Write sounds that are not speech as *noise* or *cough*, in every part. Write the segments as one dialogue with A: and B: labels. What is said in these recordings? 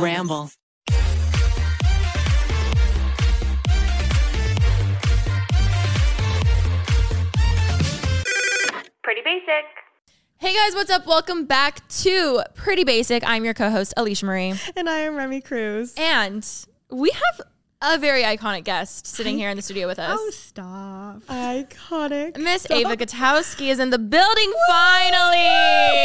A: Ramble.
B: Pretty basic.
C: Hey guys, what's up? Welcome back to Pretty Basic. I'm your co host, Alicia Marie.
D: And I am Remy Cruz.
C: And we have a very iconic guest sitting here in the studio with us.
D: Oh, stop. Iconic.
C: Miss
D: Stop.
C: Ava Gutowski is in the building finally.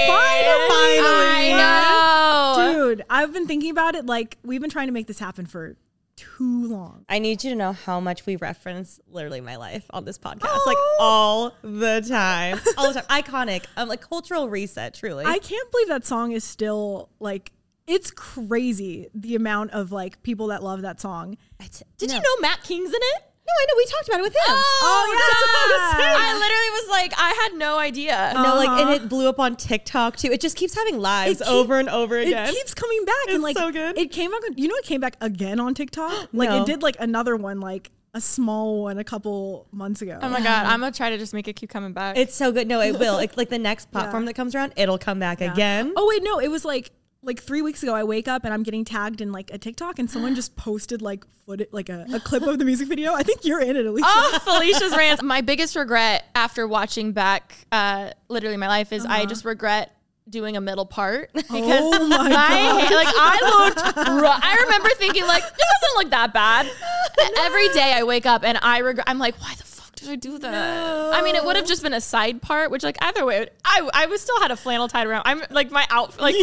D: Finally.
C: I know.
D: Dude, I've been thinking about it. Like, we've been trying to make this happen for too long.
E: I need you to know how much we reference literally my life on this podcast, like
D: Oh.
E: all the
D: *laughs*
E: time, all the time. Iconic, um, like cultural reset, truly.
D: I can't believe that song is still like, it's crazy the amount of like people that love that song.
E: Did
C: you know Matt King's in it?
E: No, I know we talked about it with him.
C: Oh,
D: yeah, that's what I was Oh.
C: yeah.
D: saying.
C: I literally was like, I had no idea.
E: no, like, and it blew up on TikTok too. It just keeps having lives
D: It keep-
E: over and over again.
D: It keeps coming back
E: It's
D: and like
E: so good.
D: it came back. You know, it came back again
C: *gasps*
D: on TikTok. Like
E: No.
D: it did like another one, like a small one, a couple months ago.
C: Oh my god, I'm gonna try to just make it keep coming back.
E: it's so good. No, it will. Like, like the next platform that comes around, it'll come back again.
D: Oh wait, no, it was like like three weeks ago. I wake up and I'm getting tagged in like a TikTok, and someone just posted like foot like a, a clip of the music video. I think you're in it, Alicia.
C: Oh, *laughs* Felicia's rants. My biggest regret after watching back, uh, literally my life is I just regret doing a middle part because
D: Uh-huh.
C: *laughs*
D: Oh my
C: hand- like I looked. Ru- I remember thinking like this doesn't look that bad. And Every day I wake up and I regret. I'm like, why the fuck did I do that? I mean, it would have just been a side part, which like either way, it- I I was still had a flannel tied around. I'm like my outfit
D: *laughs*
C: like.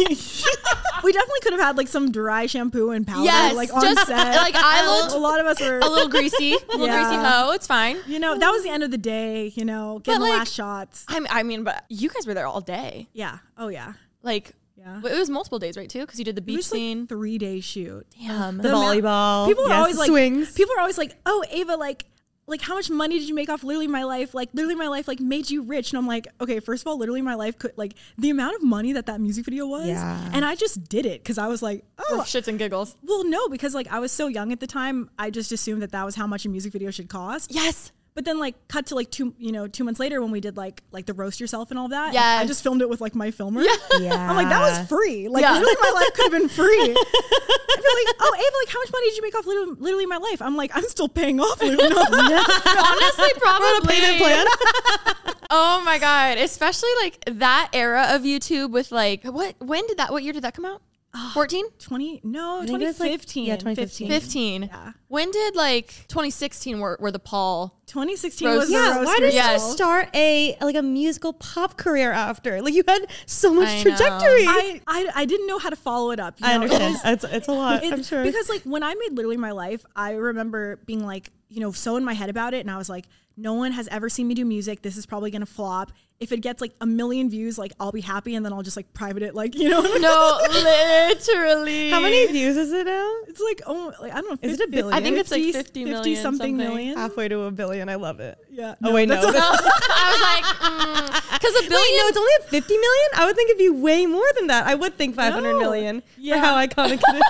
D: we definitely could have had like some dry shampoo and powder
C: Yes,
D: like on
C: just-
D: set.
C: like, I looked-
D: *laughs* a lot of us were
C: A little greasy, a little
D: Yeah.
C: greasy hoe. It's fine.
D: You know, that was the end of the day. You know, getting the
C: like-
D: last shots.
C: I'm, I mean, but you guys were there all day.
D: Yeah. Oh yeah.
C: Like,
D: Yeah.
C: it was multiple days, right? Too, because you did the
D: It
C: beach
D: was
C: scene.
D: like three day shoot.
C: Damn.
E: *laughs* The
D: amount-
E: volleyball.
D: People are
E: yes,
D: always like
E: swings.
D: People are always like, oh Ava, like like how much money did you make off literally my life? Like literally my life like made you rich. And I'm like, okay, first of all, literally my life could like the amount of money that that music video was.
E: Yeah.
D: And I just did it because I was like, oh
C: shits and giggles.
D: well no because like I was so young at the time. I just assumed that that was how much a music video should cost.
C: Yes.
D: But then like cut to like two you know two months later when we did like like the roast yourself and all that. and I
C: Yes.
D: just filmed it with like my filmer.
E: yeah.
D: I'm like, that was free. Like,
C: Yeah.
D: literally, my life could have been
E: *laughs*
D: free. I'd be like, oh, Ava, like, how much money did you make off literally, literally my life? I'm like, I'm still paying off. Like, no.
E: *laughs*
C: Honestly, probably. *laughs*
E: payment plan.
C: Oh my god! Especially like that era of YouTube with like what? When did that? What year did that come out? Fourteen.
D: 20, no,
E: think it was, like,
D: 2015.
E: yeah, 2015.
C: 15. When did like 2016 were, were the Paul?
D: 2016
C: Roast
D: was
C: yourself.
D: the
E: yeah,
D: roast
E: why did
C: Yes.
E: you start a like a musical pop career after? Like you had so much
C: I know.
E: trajectory.
D: I, I, I didn't know how to follow it up. you
E: I
D: know?
E: understand. It's, it's a lot.
D: It-
E: I'm sure.
D: Because like when I made literally my life, I remember being like, you know, so in my head about it, and I was like, no one has ever seen me do music. This is probably gonna flop. If it gets like a million views, like I'll be happy, and then I'll just like private it, like you know. what I mean?
C: No, literally.
E: how many views is it now?
D: It's like oh, like I don't know.
E: Is it a
D: 50
E: billion?
C: I think it's like 50 million something.
D: million.
E: halfway to a billion. I love it.
D: Yeah.
E: oh wait, no. That's-
C: *laughs* I was like, because a billion.
E: Wait, no, it's only at 50 million? I would think it'd be way more than that. I would think 500 million
D: No.
E: for
D: Yeah.
E: how iconic it is.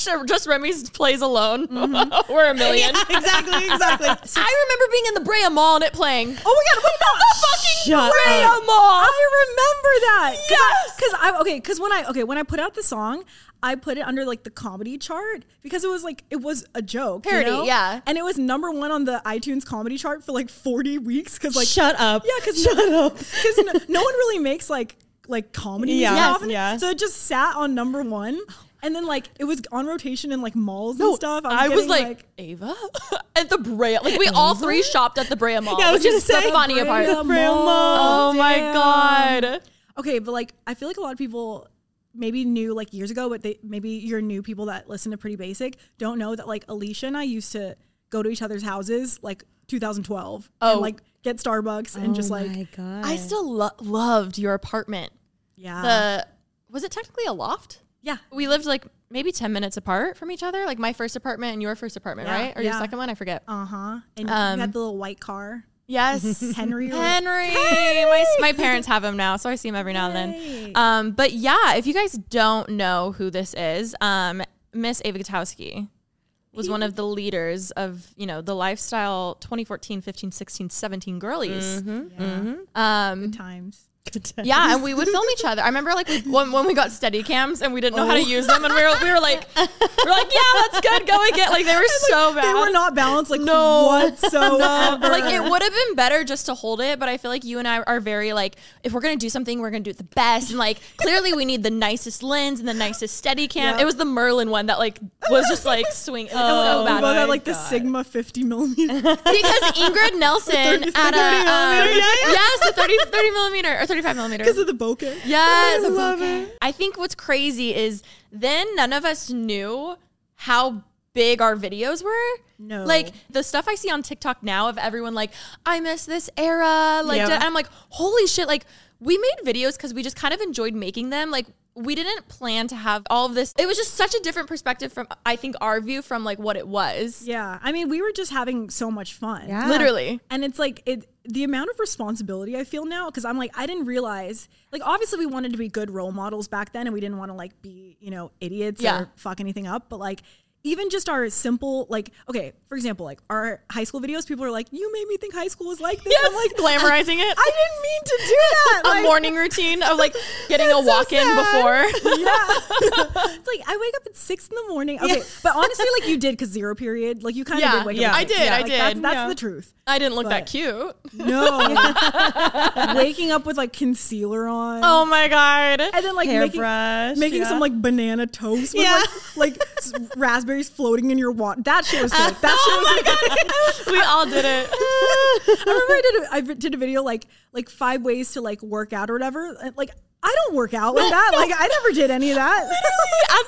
C: Sure, just Remy's plays alone. we're a million.
E: exactly, exactly.
C: Mm-hmm. I remember being in the Brea Mall and it playing.
D: Oh my god! What about
C: fucking
E: Shut
C: Brea
E: up.
C: Mall.
D: I remember that. Cause
C: Yes!
D: Because I, okay. Because when I okay when I put out the song, I put it under like the comedy chart because it was like it was a joke you
C: Parody,
D: know?
C: yeah.
D: And it was number one on the iTunes comedy chart for like forty weeks because like
E: Shut up.
D: yeah because
E: Shut up.
D: because no, no one really makes like like comedy
E: Yeah.
D: music
E: Yes.
D: often.
E: Yeah.
D: So it just sat on number one. And then like it was on rotation in like malls and stuff.
C: I was
D: getting,
C: like, Ava *laughs* at the Brea. Like we all three shopped at the Brea Mall,
E: Yeah, I was
C: which is
E: gonna
C: the
E: say,
C: funny
D: Brea
C: part. *laughs*
D: Mall,
C: Oh my
D: damn.
C: god!
D: Um, Okay, but like I feel like a lot of people maybe knew like years ago, but they maybe your new people that listen to Pretty Basic don't know that like Alicia and I used to go to each other's houses like 2012
C: Oh.
D: and like get Starbucks and just like
E: Oh my god.
C: I still lo- loved your apartment.
D: yeah
C: The was it technically a loft?
D: yeah
C: We lived like maybe ten minutes apart from each other. Like my first apartment and your first apartment,
D: Yeah,
C: right? Or your
D: yeah.
C: second one? I forget.
D: uh huh and
C: Um,
D: you had the little white car
C: Yes.
D: Henry or-
C: Henry. My, my parents have him now, so I see him every now and then. Um, but yeah, if you guys don't know who this is, um, Miss Ava Gutowski was one of the leaders of, you know, the lifestyle 2014, 15, 16, 17 girlies. Um,
D: times
C: yeah, and we would film each other. I remember like we, when, when we got steady cams and we didn't know how to use them and we were, we were like, we were like, yeah, that's good. Go again. Like they were so bad.
D: they were not balanced like
C: No. Oh
D: no whatsoever
C: *laughs* Like
D: *laughs*
C: it would have been better just to hold it, but I feel like you and I are very like if we're gonna do something, we're gonna do it the best. And like clearly we need the nicest lens and the nicest steady cam. It was the Merlin one that like was just like
D: *laughs*
C: swing so
D: Oh, we
C: bad. Oh,
D: both had like the Sigma 50 millimeter
C: because Ingrid
D: *laughs*
C: Nelson at a um, yes, a 30, 30 millimeter or 35
D: *laughs*
C: millimeter.
D: because of the bokeh.
C: Yeah, I love it. I think what's crazy is then none of us knew how big our videos were.
D: No.
C: Like the stuff I see on TikTok now of everyone like, I miss this era. Like,
E: Yeah.
C: da- I'm like, holy shit. Like, we made videos because we just kind of enjoyed making them. Like, we didn't plan to have all of this. It was just such a different perspective from, I think, our view from like what it *laughs* was.
D: Yeah, I mean, we were just having so much fun.
E: Yeah.
C: Literally.
D: And it's like it the amount of responsibility I feel now because I'm like I didn't realize like obviously we wanted to be good role models back then and we didn't want to like be you know idiots
C: Yeah.
D: or fuck anything up but like even just our simple like okay for example like our high school videos people are like you made me think high school was like this
C: *laughs*
D: I'm like
C: glamorizing it.
D: I didn't mean
C: *laughs*
D: to do that
C: a
D: like, *laughs*
C: morning routine of *laughs* like getting a walk in before. *laughs*
D: it's like I wake up at six in the morning okay but honestly like you did because zero period like you kind of
C: Yeah.
D: did wake
E: Yeah.
D: up at
E: I
D: six.
C: did, I
D: Like, that's,
C: did.
D: that's
C: Yeah.
D: the truth
C: I didn't look that
D: But-
C: cute.
D: *laughs* no waking up with like concealer on
C: Oh my god.
D: and then like making,
E: Hairbrush,
D: making
E: yeah.
D: some like banana toast with
E: Yeah.
D: like, like s- raspberries floating in your water. That shit was sick. *laughs* That shit was sick.
C: we all did *laughs* it.
D: *laughs* I remember I did a, I vi- did a video like like five ways to like work out or whatever. And, Like I don't work out like that. Like I never did any of *laughs* that.
C: At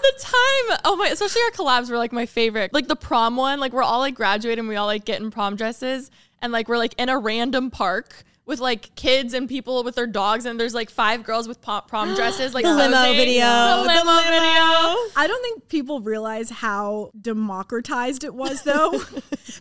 C: the time, oh my, especially our collabs were like my favorite. Like the prom one, like we're all like graduating, we all like get in prom dresses, and like we're like in a random park with like kids and people with their dogs, and there's like five girls with pom, prom dresses, like
E: The limo
C: posing.
E: video.
C: the
E: The
C: limo, video.
D: I don't think people realize how democratized it
C: *laughs*
D: was though,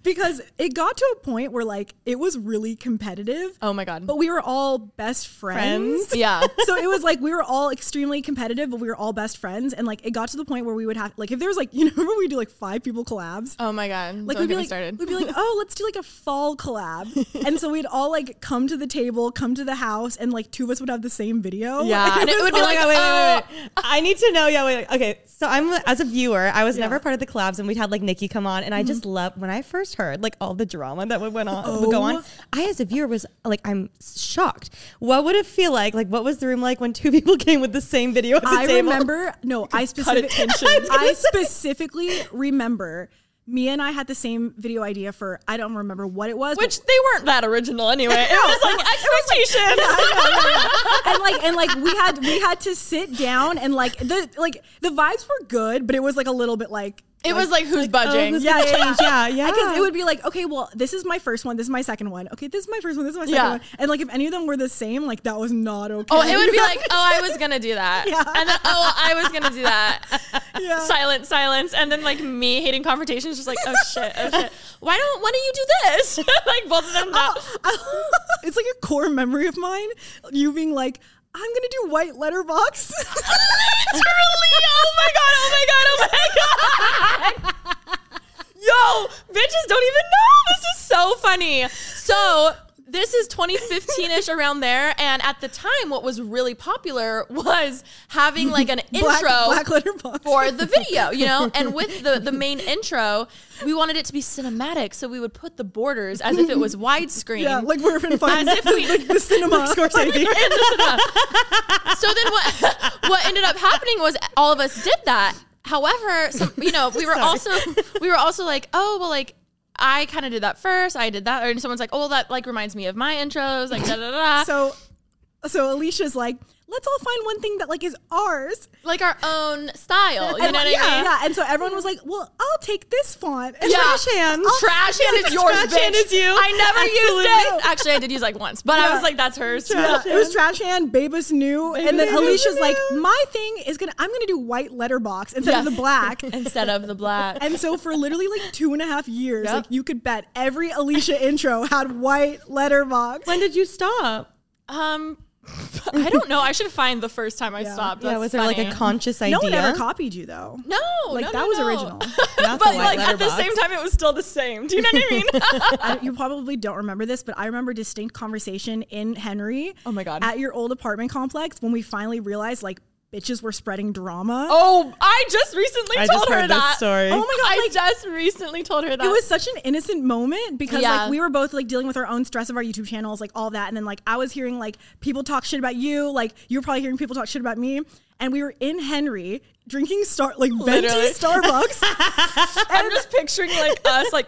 D: because it got to a point where like it was really competitive.
C: Oh my god,
D: But we were all best friends.
C: yeah.
D: *laughs* so it was like we were all extremely competitive, but we were all best friends. And like it got to the point where we would have like if there was like *laughs* you know remember we do like five people collabs.
C: *laughs* Oh my god,
D: Like
C: don't get
D: we'd be
C: me
D: like,
C: started.
D: we'd be like, oh, let's do like a
C: *laughs*
D: fall collab, and so we'd all like come to the table, come to the house, and like two of us would have the same video.
C: yeah, and it would be
E: Oh my
C: like,
E: God,
C: oh,
E: wait, wait, wait, wait. I need to know. Yeah, wait, wait. Okay, so I'm as a viewer, I was never part of the collabs, and we'd had like Nikki come on, and I just loved when I first heard like all the drama that would went on would go on. I as a viewer was like, I'm shocked. What would it feel like? Like, what was the room like when two *laughs* people came with the same video at the
D: I
E: table?
D: remember. *laughs*
C: *laughs*
D: No, I specifically, *laughs* I specifically remember. Mia and I had the same video idea for I don't remember what it was, but *laughs*
C: which they weren't that original anyway. It was like expectations.
D: and like and like we had we had to sit down and like the like the vibes were good, but it was like a little bit like oh,
C: It was like who's budging.
E: who's
D: yeah, yeah,
E: Change, yeah, yeah.
D: Because it would be like, okay, well, this is my first one, this is my second one, okay, this is my first one, this is my second
C: Yeah.
D: one, and like if any of them were the same, like that was not okay. *laughs*
C: Oh, it would be like, oh, I was gonna do that,
D: Yeah.
C: and then oh, I was gonna do that.
D: *laughs* Yeah.
C: Silence, silence, and then like me hating confrontations, just like, oh shit, oh shit. Why don't Why don't you do this? *laughs* like both of them. Not,
D: *laughs* it's like a core memory of mine. You being like, I'm gonna do white letterbox. *laughs*
C: Literally, oh my god, oh my god, oh my god. *laughs* Yo, bitches don't even know. This is so funny. So this is 2015-ish around there and at the time what was really popular was having like an
D: Black,
C: intro
D: black letter box.
C: for the video, you know? And with the, the main intro, we wanted it to be cinematic, so we would put the borders as if it was widescreen.
D: yeah, like we're in fun.
C: As if we-
D: *laughs* like
C: *laughs*
D: the cinema.
C: so then what *laughs* what ended up happening was all of us did that. However, some, you know, we were also we were also like, oh well, like I kind of did that first. I did that, and someone's like, oh, well, that like reminds me of my intros, like da da da. da.
D: *laughs* so, so Alicia's like, let's all find one thing that like is ours.
C: like our own style. Oh, You know
D: And,
C: what
D: yeah,
C: I mean?
D: yeah. And so everyone was like, well, I'll take this font. And
C: Yeah.
E: Trash hand.
C: Trash hand is yours,
E: Trash
C: bitch.
E: hand is you.
C: I never used
D: Absolutely.
C: it. Actually, I did use like once, but I was like, that's hers.
D: Yeah, it was trash hand. Babus new, and then
E: Babus
D: Alicia's like,
E: New.
D: my thing is gonna. I'm gonna do white letterbox instead of
C: Yes. *laughs*
D: the black.
C: Instead of the black.
D: And so for literally like two and a half years,
C: Yep.
D: like you could bet every Alicia intro had white letterbox.
E: When did you stop?
C: Um, I don't know. I should find the first time I stopped.
E: yeah,
C: That's
E: was there like
C: funny.
E: a conscious idea?
D: No one ever copied you though.
C: No,
D: Like
C: no,
D: that
C: no,
D: was
C: no. *laughs*
D: original.
E: Not the
C: but
E: white
C: like at the
E: letterbox.
C: same time, it was still the same. Do you know what I mean?
D: I, you probably don't remember this, but I remember distinct conversation in Henry.
C: Oh my God.
D: At your old apartment complex when we finally realized like bitches were spreading drama.
C: oh, *laughs* I just recently
E: I
C: told
E: just
C: her
E: heard this
C: that.
E: story. Oh my
D: God,
C: I
D: like-
C: just recently told her that.
D: It was such an innocent moment because
C: Yeah.
D: like we were both like dealing with our own stress of our YouTube channels, like all that, and then like I was hearing like people talk shit about you, like you were probably hearing people talk shit about me, and we were in Henry drinking star like venti
C: Literally.
D: Starbucks.
C: I'm just picturing like us, like,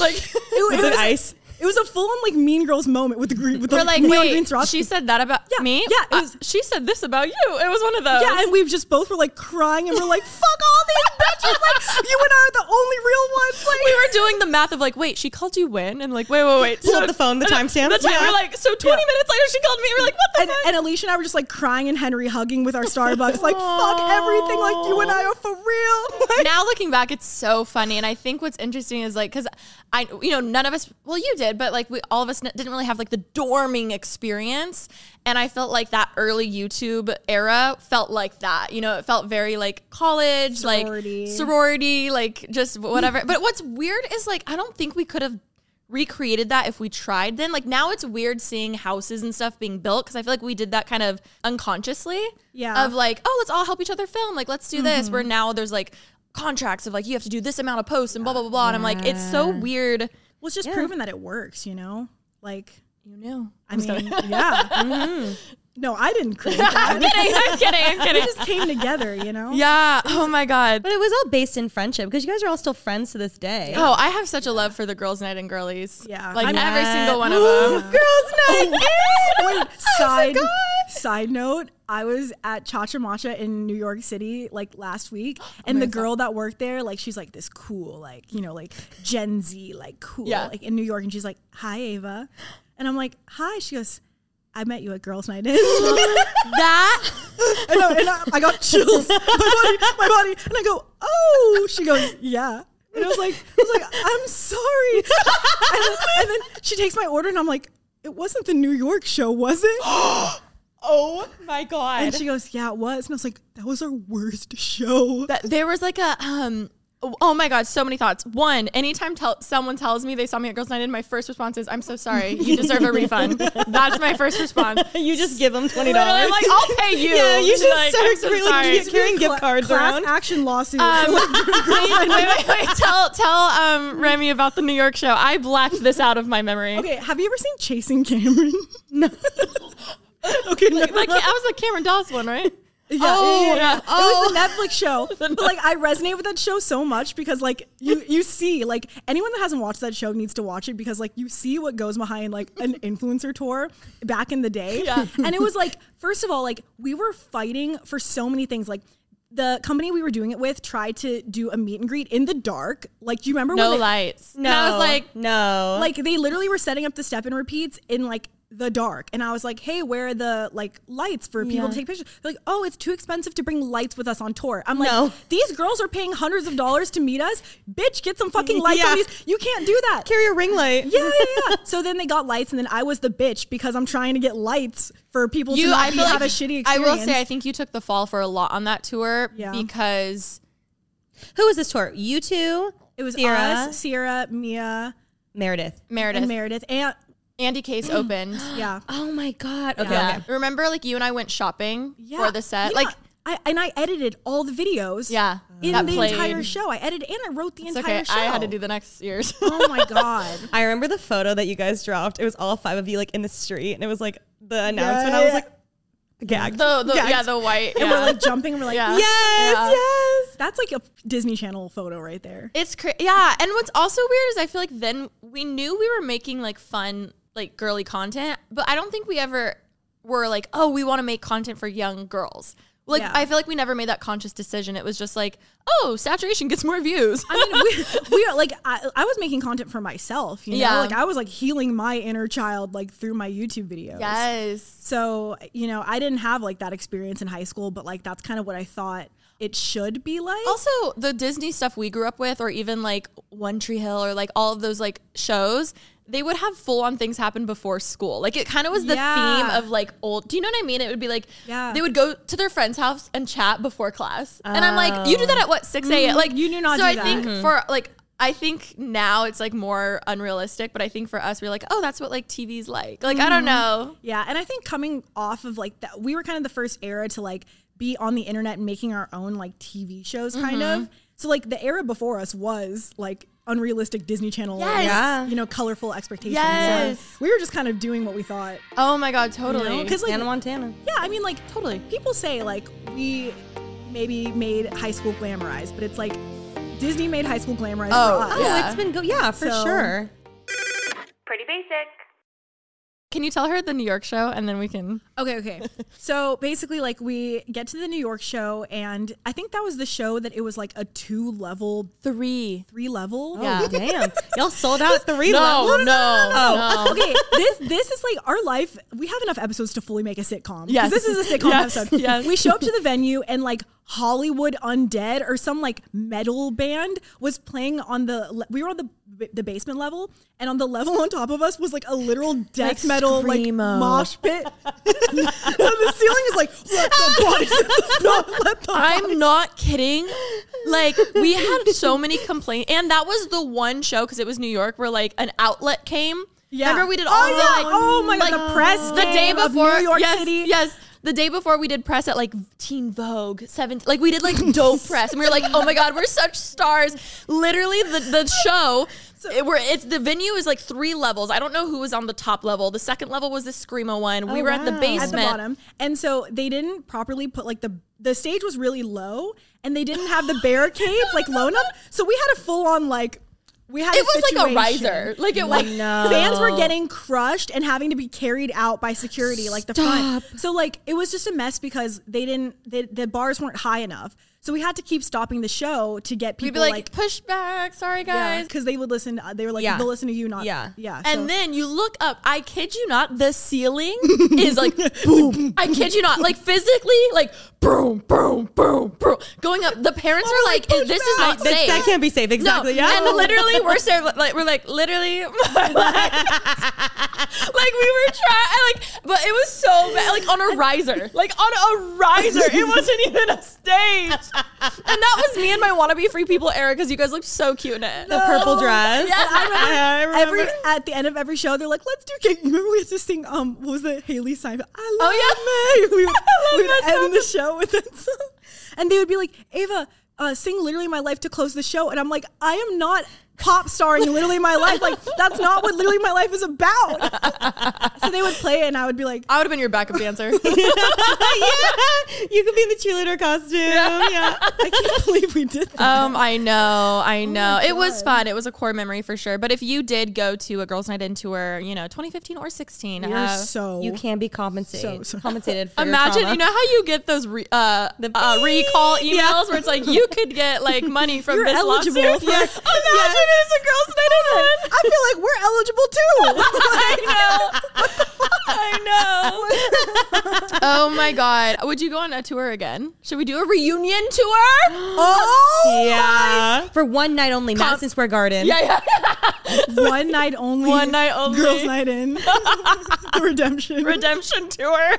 C: like
D: It,
E: With
D: was
E: ice.
D: It was a full on like Mean Girls moment with the green with
C: we're
D: the
C: like,
D: neon
C: wait,
D: green straws.
C: she said that about
D: Yeah,
C: me.
D: yeah, it
C: Uh,
D: was-
C: she said this about you. It was one of those.
D: yeah, and we just both were like crying and we're like, "Fuck all these bitches!"
C: *laughs*
D: Like you and I are the only real ones. Like
C: we were doing the math of like, wait, she called you when? And like, wait, wait, *laughs* wait.
E: Pull up the phone, the
C: and
E: timestamp.
C: The time,
E: Yeah.
C: We're like, so 20 minutes later, she called me. We're like, what the
D: and,
C: fuck?
D: and Alicia and I were just like crying and Henry hugging with our Starbucks, like fuck everything, like you and I are for real.
C: *laughs*
D: Like,
C: now looking back, it's so funny. And I think what's interesting is like, because I, you know, none of us, well, you did, but like we, all of us n- didn't really have like the dorming experience. And I felt like that early YouTube era felt like that. You know, it felt very like college,
D: Sorority.
C: like sorority, like just whatever. but what's weird is like, I don't think we could have recreated that if we tried then like now it's weird seeing houses and stuff being built because i feel like we did that kind of unconsciously
D: Yeah. Mm-hmm.
C: of like oh let's all help each other film like let's do this where now there's like contracts of like you have to do this amount of posts and blah blah blah blah and i'm like it's so weird
D: well, it's just proven that it works, you know. Like
C: you know
D: I mean, yeah. Mm-hmm. No, I didn't create
C: i'm
D: that.
C: *laughs* kidding *laughs* i'm kidding i'm
D: we *laughs*
C: kidding
D: just came together, you
C: *laughs*
D: know.
C: yeah oh my god
D: *laughs*
E: But it was all based in friendship because you guys are all still friends to this day.
C: oh i have such a love for the girls night and girlies
D: Yeah.
C: like
D: I'm-
C: every single
D: *gasps*
C: one of them
E: Girls' *laughs* night.
C: "Oh
D: Wait, side side note, I was at Cha Cha Matcha in New York City like
C: *gasps*
D: last week, and the girl that worked there, like she's like this cool, like you know, like Gen Z, like cool,
C: Yeah.
D: like in New York, and she's like, "Hi, Ava," and I'm like, "Hi," she goes. I met you at girls' night
C: *laughs*
D: in. and,
C: that
D: I, and I,
C: *laughs*
D: I got chills. My body, my body, and I go, "Oh!" She goes, "Yeah," and I was like, "I was like, I'm sorry." *laughs* and, then, and then she takes my order, and I'm like, "It wasn't the New York show, was it?"
C: *gasps* oh my god
D: And she goes, "Yeah, it was." And I was like, "That was our worst show."
C: that there was like a um oh my god so many thoughts one anytime tell, someone tells me they saw me at girls night in my first response is i'm so sorry
E: *laughs*
C: you deserve a refund that's my first response
E: You just give them *laughs* twenty
C: Literally,
E: dollars.
C: I'm like i'll pay you
E: *laughs* Yeah, you
C: She's
E: just
C: like,
E: start
C: "I'm so
E: really
C: sorry."
E: just carrying gift cards
D: class
E: around.
D: action
C: *laughs*
D: lawsuit.
C: Um, wait, wait, wait, wait. Tell tell um, Remy about the New York show. I blacked this out of my memory.
D: *laughs* okay, have you ever seen Chasing
E: *laughs*
D: Cameron? No. *laughs* okay, no.
C: Like, I was like Cameron Dawes one, right?
D: yeah,
C: oh,
D: yeah, yeah, yeah.
C: yeah.
D: It was the
C: *laughs*
D: Netflix show, but like I resonate with that show so much because like you you see like anyone that hasn't watched that show needs to watch it because like you see what goes behind like
C: *laughs*
D: an influencer tour back in the day,
C: Yeah.
D: and it was like first of all like we were fighting for so many things like. The company we were doing it with tried to do a meet and greet in the dark. Like, do you remember
C: No
D: when they-
C: lights. No. And I was like,
E: no.
D: like they literally were setting up the step and repeats in like the dark and i was like hey where are the like lights for people to take pictures They're like oh it's too expensive to bring lights with us on tour i'm like
E: No.
D: these girls are paying hundreds of dollars to meet us bitch get
C: *laughs*
D: some fucking lights
E: Yeah.
D: on these you can't do that
E: carry a ring light. *laughs*
D: yeah, yeah, yeah. so then they got lights, and then I was the bitch because I'm trying to get lights for people to
C: you
D: not
C: I
D: be-
C: feel
D: have
C: like
D: a shitty experience.
C: I will say I think you took the fall for a lot on that tour
D: Yeah.
C: because
E: Who was this tour? You two.
D: it was
E: Sierra,
D: us, Sierra, Mia,
E: Meredith.
C: Meredith
D: and Meredith, and
C: Andy
D: Mm.
C: Case
D: *gasps*
C: opened.
D: Yeah.
E: Oh my god. Okay.
C: Yeah.
E: okay.
C: Remember, like you and I went shopping
D: Yeah.
C: for the set.
D: You know,
C: like,
D: I and I edited all the videos.
C: yeah,
D: In
C: that
D: the
C: played.
D: entire show. I edited and I wrote the
C: It's
D: entire
C: okay.
D: show.
C: I had to do the next year's.
D: *laughs*
C: *laughs*
D: Oh my god.
E: *laughs* I remember the photo that you guys dropped. It was all five of you like in the street, and it was like the announcement. I was
D: yeah.
E: like, gagged.
C: the, the
E: Gagged.
C: yeah the white.
D: And
C: yeah.
D: we're like jumping and we're like,
C: Yeah.
D: yeah.
E: yes,
C: Yeah.
E: yes.
D: That's like a Disney Channel photo right there.
C: It's cra- yeah, and what's also weird is I feel like then we knew we were making like fun, like girly content, but I don't think we ever were like, oh, we want to make content for young girls. Like
D: Yeah.
C: I feel like we never made that conscious decision. It was just like, oh, saturation gets more views. *laughs*
D: I mean, we, *laughs* we are like, I, I was making content for myself, you know?
C: Yeah.
D: Like, I was like healing my inner child, like, through my YouTube videos.
C: yes.
D: So, you know, I didn't have like that experience in high school, but like, that's kind of what I thought it should be like.
C: Also, the Disney stuff we grew up with, or even like One Tree Hill, or like all of those like shows, they would have full on things happen before school. Like it kind of was the
D: Yeah.
C: theme of like old. Do you know what I mean? It would be like
D: Yeah.
C: they would go to their friend's house and chat before class, and I'm like, you do that at what six a.m. Like
D: Oh. Mm-hmm. you do not
C: So
D: do
C: I
D: that.
C: think for like. I think now it's like more unrealistic, but I think for us, we are like, oh, that's what like TV's like. Like, I don't know.
D: Yeah, and I think coming off of like that, we were kind of the first era to like be on the internet and making our own like TV shows, kind
C: Mm-hmm.
D: of. So like the era before us was like unrealistic Disney Channel,
C: Yes. Yeah.
D: you know, colorful expectations.
C: Yes.
D: So we were just kind of doing what we thought,
C: Oh my God, totally.
D: because like
E: Hannah Montana.
D: yeah, I mean like totally. People say like we maybe made high school glamorized, but it's like Disney made high school glamorized
C: Oh,
D: for us.
E: Oh,
C: Yeah.
E: it's been go. Yeah, for
D: So-
E: sure.
A: Pretty basic.
C: Can you tell her the New York show and then we can. *laughs*
D: Okay, okay. so basically, like we get to the New York show, and I think that was the show that it was like a two level,
C: Three.
D: three level.
C: *laughs*
E: Yeah. Oh, Damn. Y'all sold out three
C: No, no,
E: levels. *laughs*
C: no, no.
D: *laughs* Okay, this this is like our life. We have enough episodes to fully make a sitcom. 'Cause
C: Yes.
D: this is a sitcom
C: Yes,
D: episode.
C: yes.
D: We show up to the venue and like Hollywood Undead or some like metal band was playing on the. le- We were on the the basement level, and on the level on top of us was like a literal death metal like
C: screamo.
D: mosh pit. *laughs* so the ceiling is like let the bodies, let the
C: I'm not
D: *laughs*
C: kidding. Like we had so many complaints, and that was the one show because it was New York where like an outlet came.
D: Yeah.
C: Remember we did
D: Oh,
C: all the
D: yeah.
C: like
D: Oh, my God,
C: like,
D: the press
C: the day
D: came of
C: before
D: New York
C: yes,
D: City.
C: Yes. The day before we did press at like Teen Vogue, seven like we did like
D: *laughs*
C: dope press and we were like, oh my god, we're such stars. Literally the the show it, where it's the venue is like three levels. I don't know who was on the top level. The second level was the Screamo one. We were at the
E: wow. At the
C: basement.
D: Oh, at the bottom. And so they didn't properly put like the the stage was really low and they didn't have the barricades like low enough. So we had a full on like we had
C: It
D: a
C: was like a
D: situation.
C: riser. Like it was
D: Fans were getting crushed and having to be carried out by security, like the front. So like it was just a mess because they didn't they, the bars weren't high enough. So we had to keep stopping the show to get
C: We'd
D: people
C: be like, push back, sorry guys.
D: because they would listen. They were like,
E: Yeah.
D: they'll listen to you, not
E: Yeah.
D: yeah.
C: And
D: so-
C: then you look up. I kid you not, the ceiling is like boom. I kid you not, like physically, like boom, boom, boom, boom, going up. The parents
E: Oh
C: are like, "This is not
E: That-
C: safe."
E: that can't be safe. Exactly.
C: No.
E: Yeah.
C: And literally, we're so, like, we're like, literally, *laughs* my life. like we were trying, like, but it was so bad. Like on a riser, like on a riser. It wasn't even a stage. *laughs* And that was me and my wannabe free people era because you guys looked so cute in it.
E: The
C: *laughs*
E: purple dress.
C: Yes, I remember
E: I remember.
D: Every at the end of every show, they're like, "Let's do cake." You *laughs* remember we used to sing, um, what was it, Haley Simon? I
C: Oh,
D: love
C: yeah.
D: May. We would,
C: I love
D: we would
C: that
D: end the show with that song, and they would be like, "Ava, uh, sing literally my life to close the show," and I'm like, "I am not pop starring literally my life. Like that's not what literally my life is about." so they would play it, and I would be like,
C: I would have been your backup
D: *laughs*
C: dancer.
E: *laughs* yeah. You could be in the cheerleader costume. Yeah.
D: "I can't
C: *laughs*
D: believe we did that."
C: Um, I know,
D: Oh
C: I know. it was fun. It was a core memory for sure. But if you did go to a girls' night in tour, you know, 2015 or 16,
D: You're
C: uh,
D: so *laughs*
E: You can be compensated.
D: So- so-
E: Compensated. For your
C: imagine.
E: trauma.
C: You know how you get those re- uh, uh, recall emails where it's like you could get like
D: *laughs*
C: money from
D: You're
C: this
D: eligible
C: lawsuit.
D: for-
C: Yeah. *laughs*
E: *laughs*
C: Imagine it's a girls' night in.
D: I feel like we're eligible too.
C: I know. *laughs* I
D: *laughs*
C: know. oh my god! Would you go on a tour again? Should we do a reunion
D: *gasps*
C: tour? *gasps*
D: oh,
E: Yeah. *laughs* For one night only, Madison Square Garden.
C: yeah, yeah.
D: one night only.
C: *laughs* One night only.
D: Girls' night in. the redemption.
C: redemption
E: *laughs*
C: tour.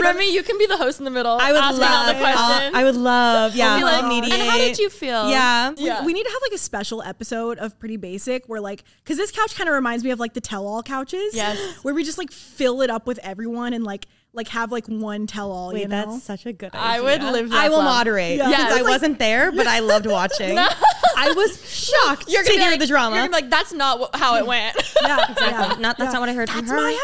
C: Remy, you can be the host in the middle.
E: I would
C: asking
E: love. uh,
C: all the questions.
E: I would love. Yeah.
C: Be like,
E: I'll mediate.
C: And how did you feel?
E: Yeah.
C: Yeah.
D: We need need to have like a special episode of Pretty Basic where like because this couch kind of reminds me of like the tell-all couches.
B: Yes.
D: where we just like fill it up with everyone and like like have like one tell-all.
E: Wait,
D: you know?
E: that's such a good idea.
B: I would live that
E: I will
B: life.
E: moderate
D: Yeah.
E: because
C: Yes.
E: I wasn't there, but I loved watching. I was shocked
B: You're
E: to
B: gonna be
E: hear
B: like,
E: the drama.
B: You're gonna be like, that's not wh-
E: *laughs*
B: how it went.
C: *laughs*
D: yeah,
E: Exactly. Not that's not what I heard from her.
D: opinion.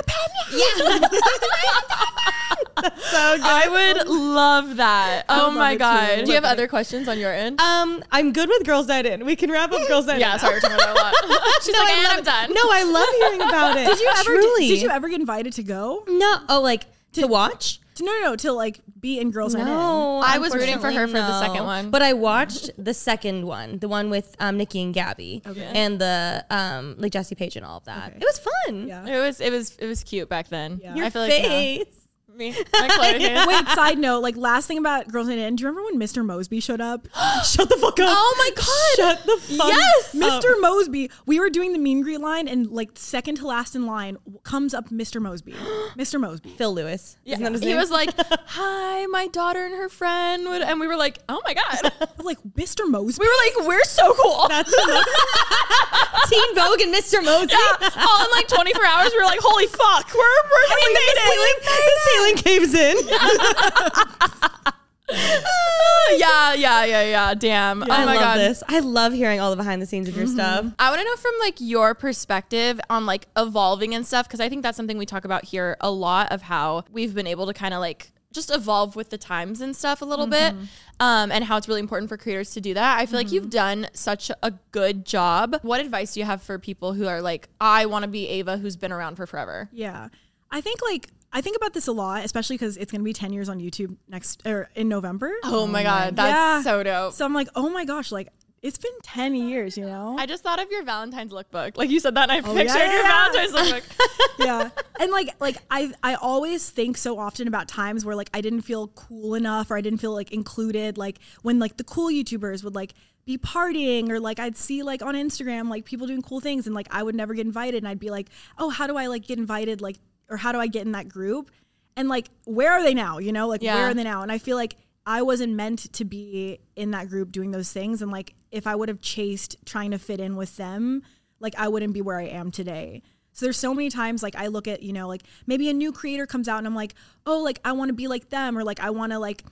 B: I would love that. Oh my god. Do you have other questions on your end?
E: Um, I'm good with Girls Night In. We can wrap up Girls Night In.
C: Yeah, sorry, we're talking about
E: *laughs*
C: a lot. She's like, and I'm done.
E: No, I love hearing about it. Did
D: You ever,
E: Truly.
D: Did you ever get invited to go?
E: No. Oh, like to watch?
D: To, no, no, no, to like be in Girls Night In.
C: I was rooting for her for the
E: unfortunately,
C: second one.
E: but I watched the second one, the one with um, Nikki and Gabby, and the um, like Jesse Page and all of that. It was fun.
D: Yeah.
C: It was it was it was cute back then.
D: Your
C: I feel like now-
E: Face.
C: me, my
E: *laughs*
C: Chloe face.
D: Wait, side note, like last thing about Girls Night In, do you remember when Mr. Mosby
C: *gasps*
D: showed up?
E: Shut the fuck up.
C: Oh my God.
E: Shut the
C: Um,
E: fuck.
C: Yes.
E: up.
D: Mr. Mosby, we were doing the mean greet line, and like second to last in line w- comes up Mr. Mosby. *gasps* Mr. Mosby.
E: Phil Lewis. Isn't that his
C: He
E: name?
C: was like, "Hi, my daughter and her friend," would, and we were like, "Oh my
E: *laughs*
C: god!"
D: But, like Mr. Mosby.
C: We were like, "We're so cool." *laughs*
E: That's *laughs* Teen Vogue and Mr. Mosey. Oh
C: yeah. All in like 24 hours, we were like, "Holy fuck, we're we're we made it!"
E: the ceiling caves in.
C: *laughs* yeah, yeah, yeah, yeah. Damn.
E: I
C: oh my
E: love
C: god.
E: this. I love hearing all the behind the scenes of your stuff.
C: I want to know from like your perspective on like evolving and stuff because I think that's something we talk about here a lot of how we've been able to kind of like just evolve with the times and stuff a little bit um, and how it's really important for creators to do that. I feel like you've done such a good job. What advice do you have for people who are like, I want to be Ava who's been around for forever?
D: Yeah. I think like I think about this a lot, especially because it's gonna be 10 years on YouTube next or in November.
C: Oh, my God. That's
D: Yeah.
C: so dope.
D: So I'm like, oh my gosh, like it's been 10 years, you know?
C: I *laughs* just thought of your Valentine's lookbook. Like you said that, and I pictured
D: yeah,
C: your
D: yeah.
C: Valentine's lookbook.
D: yeah and like like i i always think so often about times where like i didn't feel cool enough or i didn't feel like included like when like the cool youtubers would like be partying or like i'd see like on instagram like people doing cool things and like i would never get invited and i'd be like oh how do i like get invited like or how do i get in that group and like where are they now you know like where
C: Yeah.
D: are they now and i feel like i wasn't meant to be in that group doing those things and like if i would have chased trying to fit in with them like i wouldn't be where i am today so there's so many times like i look at you know like maybe a new creator comes out and i'm like oh like i want to be like them or like i want to like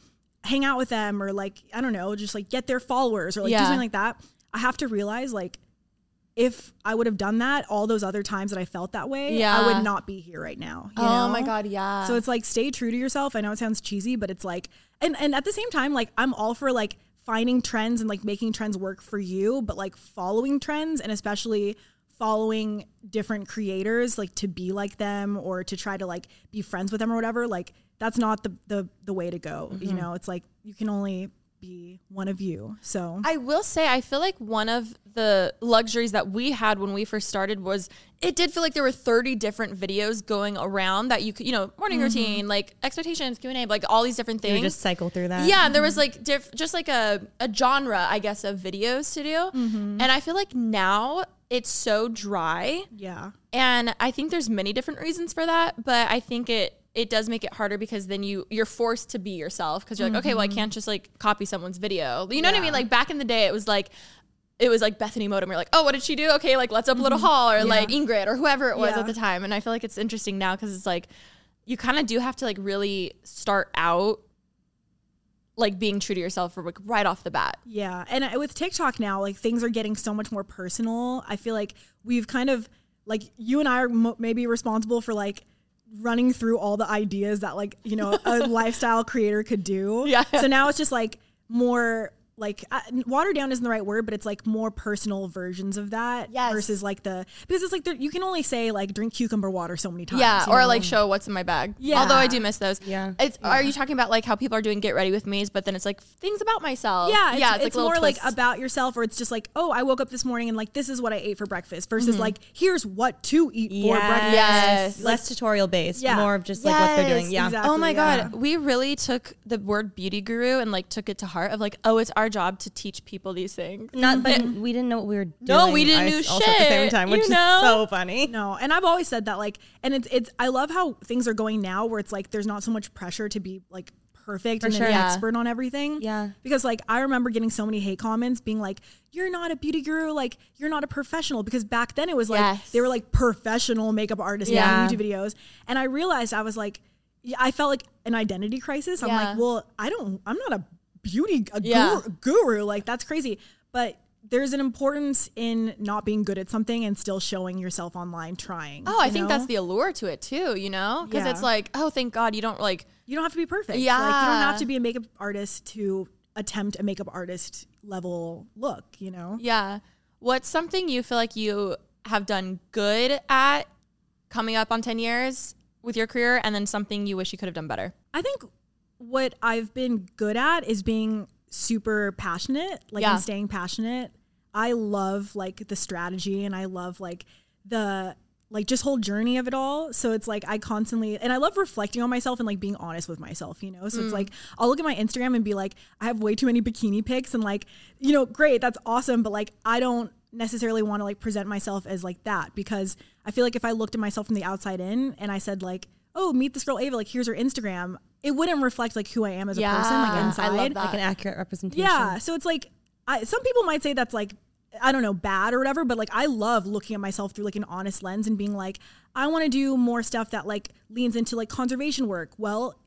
D: hang out with them or like i don't know just like get their followers or like do
C: Yeah.
D: something like that i have to realize like if i would have done that all those other times that i felt that way i
C: Yeah.
D: would not be here right now
C: *laughs*
D: you
C: Oh
D: know?
C: my God, yeah.
D: So it's like stay true to yourself. I know it sounds cheesy, but it's like and and at the same time like I'm all for like finding trends and like making trends work for you, but like following trends and especially following different creators like to be like them or to try to like be friends with them or whatever, like that's not the the the way to go. You know, it's like you can only be one of you. So
C: I will say, I feel like one of the luxuries that we had when we first started was it did feel like there were 30 different videos going around that you could, you know, morning routine, like expectations, Q&A, like all these different
E: You
C: things.
E: just cycle through that.
C: yeah, and there was like diff- just like a, a genre, I guess, of videos to do. And I feel like now it's so dry.
D: yeah.
C: And I think there's many different reasons for that, but I think it it does make it harder because then you you're forced to be yourself because you're like, okay, well I can't just like copy someone's video. You know what I mean? Like back in the day, it was like. It was like Bethany Modem. You're like, oh, what did she do? Okay, like let's upload a haul or like Ingrid or whoever it was
D: Yeah.
C: at the time. And I feel like it's interesting now because it's like you kind of do have to like really start out like being true to yourself or like right off the bat.
D: Yeah, and I- with TikTok now, like things are getting so much more personal. I feel like we've kind of like you and I are mo- maybe responsible for like running through all the ideas that like you know
C: *laughs*
D: a lifestyle creator could do.
C: Yeah.
D: So now it's just like more like uh, watered down isn't the right word, but it's like more personal versions of that
C: Yes.
D: versus like the because it's like there- you can only say like drink cucumber water so many times.
C: Yeah,
D: you
C: or
D: know?
C: like show what's in my bag.
D: Yeah.
C: Although I do miss those.
E: Yeah.
C: It's are you talking about like how people are doing get ready with me's, but then it's like things about myself.
D: Yeah, it's,
C: yeah.
D: it's,
C: little
D: more
C: twists.
D: like about yourself, or it's just like, oh, I woke up this morning and like this is what I ate for breakfast, versus like here's what to eat for breakfast.
C: Yes.
E: Less tutorial based,
D: Yeah.
E: more of just like what they're doing.
D: Yes,
E: Yeah.
D: exactly.
C: Oh my
D: yeah.
C: god, we really took the word beauty guru and like took it to heart of like, oh, it's our job to teach people these things.
D: Mm,
E: Not, but we didn't know what we were doing.
C: No, we didn't
E: I-
C: do
E: also at the same
C: shit,
E: time, which
C: you know?
E: is so funny.
D: No, and I've always said that like, and it's it's I love how things are going now, where it's like there's not so much pressure to be like perfect
E: For
D: and
E: sure.
D: an
E: Yeah.
D: expert on everything.
E: Yeah.
D: Because like I remember getting so many hate comments being like, "You're not a beauty guru. Like you're not a professional." Because back then it was like
C: Yes.
D: they were like professional makeup artists
E: Yeah.
D: making YouTube videos, and I realized I was like, yeah, I felt like an identity crisis. I'm
C: Yeah.
D: like, well, I don't. I'm not a beauty a
B: Yeah.
D: guru, guru. Like that's crazy, but. There's an importance in not being good at something and still showing yourself online trying.
C: Oh, I
D: you
C: think
D: know?
C: that's the allure to it too, you know? Because
D: Yeah.
C: it's like, oh, thank God you don't like,
D: you don't have to be perfect. Like, you don't
C: Yeah.
D: have to be a makeup artist to attempt a makeup artist level look, you know?
C: yeah. What's something you feel like you have done good at coming up on 10 years with your career and then something you wish you could have done better?
D: I think what I've been good at is being super passionate, like
C: Yeah.
D: and staying passionate. I love like the strategy and I love like the like just whole journey of it all. So it's like I constantly and I love reflecting on myself and like being honest with myself, you know? So
C: Mm.
D: it's like I'll look at my Instagram and be like, I have way too many bikini pics and like, you know, great, that's awesome, but like I don't necessarily want to like present myself as like that because I feel like if I looked at myself from the outside in and I said like, oh, meet this girl Ava, like here's her Instagram, it wouldn't reflect like who I am as a person,
C: Yeah, I
D: like
C: love
D: inside.
C: that.
E: Like an accurate representation.
D: Yeah. So it's like, I, some people might say that's like, I don't know, bad or whatever, but like I love looking at myself through like an honest lens and being like, I want to do more stuff that like leans into like conservation work. Well,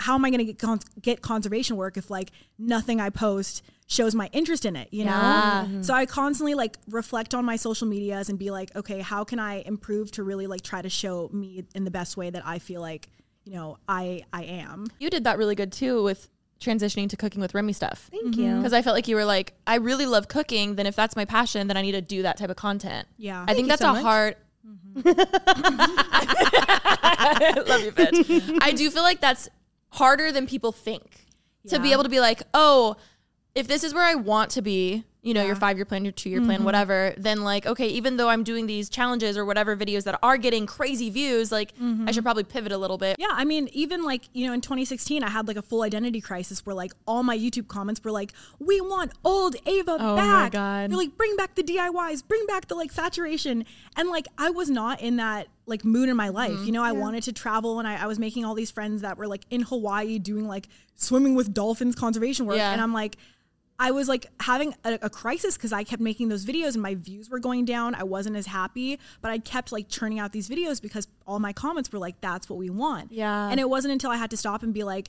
D: how am I going to get cons- get conservation work if like nothing I post shows my interest in it, you know? So I constantly like reflect on my social medias and be like, okay, how can I improve to really like try to show me in the best way that I feel like, you know, I I am.
C: You did that really good too with transitioning to cooking with Remy stuff.
E: Thank you.
C: Because I felt like you were like, I really love cooking. Then if that's my passion, then I need to do that type of content.
D: Yeah. Mm-hmm.
C: I think
E: you
C: that's
E: so
C: a
E: much.
C: hard. *laughs* Love you, bitch. I do feel like that's harder than people think to be
D: Yeah.
C: able to be like, oh, if this is where I want to be, you know, your five year plan, your two year
E: Mm-hmm.
C: plan, whatever, then like, okay, even though I'm doing these challenges or whatever videos that are getting crazy views, like, I should probably pivot a little bit.
D: Mm-hmm. Yeah, I mean, even like, you know, in 2016, I had like a full identity crisis where like all my YouTube comments were like, we want old Ava
B: Oh my
D: back.
B: God.
D: They're like, bring back the DIYs, bring back the like saturation. And like, I was not in that like mood in my life.
B: Mm-hmm.
D: You know, I wanted to travel and I, I was making all these friends that were like in Hawaii doing like swimming with dolphins conservation work.
C: Yeah.
D: And I'm like, I was like having a, a crisis because I kept making those videos and my views were going down. I wasn't as happy, but I kept like churning out these videos because all my comments were like, that's what we want.
C: Yeah.
D: And it wasn't until I had to stop and be like,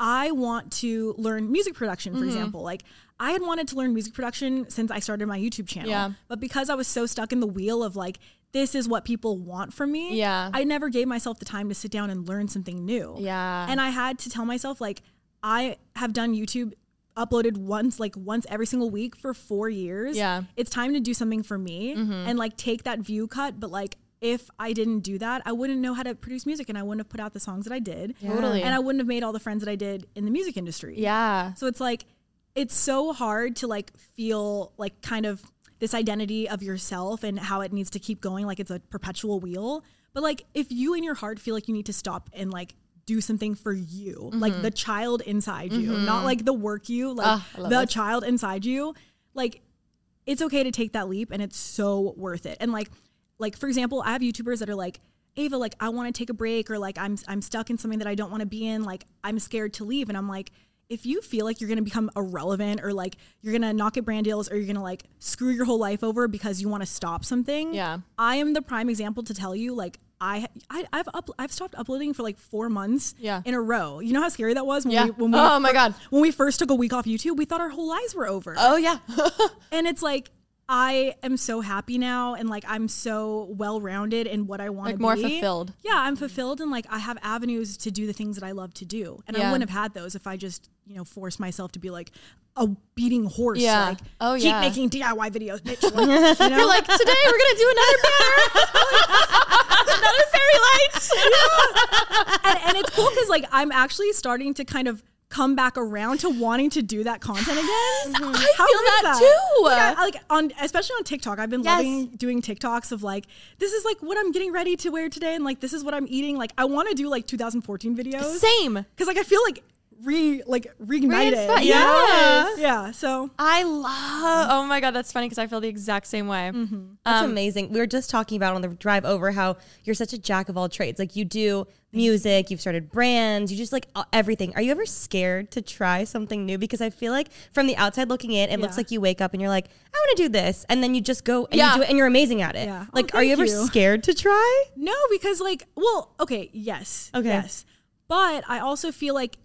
D: I want to learn music production,
C: Mm-hmm.
D: for example. Like, I had wanted to learn music production since I started my YouTube channel.
C: Yeah.
D: But because I was so stuck in the wheel of like, this is what people want from me.
C: Yeah.
D: I never gave myself the time to sit down and learn something new.
C: Yeah.
D: And I had to tell myself like I have done YouTube uploaded once like once every single week for 4 years.
C: Yeah. Mm-hmm.
D: It's time to do something for me and like take that view cut but like if I didn't do that, I wouldn't know how to produce music and I wouldn't have put out the songs that I did.
C: Totally.
D: And I wouldn't have made all the friends that I did in the music industry.
C: Yeah.
D: So it's like it's so hard to like feel like kind of this identity of yourself and how it needs to keep going like it's a perpetual wheel. But like if you in your heart feel like you need to stop and like do something for you, like the child inside you, not like the work you, like
C: Mm-hmm. Ah, I love
D: the
C: this.
D: child inside you, like it's okay to take that leap and it's so worth it. And like like for example, I have YouTubers that are like Ava, like I want to take a break or like I'm I'm stuck in something that I don't want to be in, like I'm scared to leave and I'm like if you feel like you're going to become irrelevant or like you're going to not get brand deals or you're going to like screw your whole life over because you want to stop something.
C: Yeah.
D: I am the prime example to tell you like I, I I've up, I've stopped uploading for like 4 months
C: Yeah.
D: in a row. You know how scary that was when
C: Yeah.
D: we when we
C: Oh my God.
D: When we first took a week off YouTube, we thought our whole lives were over.
C: Oh, yeah.
D: And it's like I am so happy now and like I'm so well rounded in what I want to
C: Like,
D: be.
C: more fulfilled.
D: Yeah, I'm fulfilled and like I have avenues to do the things that I love to do. And I
C: Yeah.
D: wouldn't have had those if I just, you know, forced myself to be like a beating horse.
C: Yeah.
D: Like
C: Oh,
D: keep
C: yeah.
D: making DIY videos, bitch. Like, you know?
C: You're like, today we're going to do another banner. *laughs* another fairy lights.
D: and, and it's cool because like I'm actually starting to kind of come back around to wanting to do that content again.
C: I
D: How
C: feel
D: is
C: Mm-hmm. that, too.
D: Like, I- I like on especially on TikTok, I've been
C: Yes.
D: loving doing TikToks of like this is like what I'm getting ready to wear today, and like this is what I'm eating. Like I want to do like 2014 videos
C: Same.
D: because like I feel like re like reignited.
C: Reinspi- yes.
D: Yeah. So
C: I love. Oh my god, that's funny because I feel the exact same way.
E: That's
D: um,
E: amazing. We were just talking about on the drive over how you're such a jack of all trades. Like you do music, you've started brands, you just like uh, everything. Are you ever scared to try something new? Because I feel like from the outside looking in, it looks
D: Yeah.
E: like you wake up and you're like, I want to do this, and then you just go and
C: Yeah.
E: you do it, and you're amazing at it.
D: Yeah. Oh,
E: Like, are you ever
D: thank you.
E: scared to try?
D: no, because like, well, okay, yes,
E: Okay.
D: yes, but I also feel like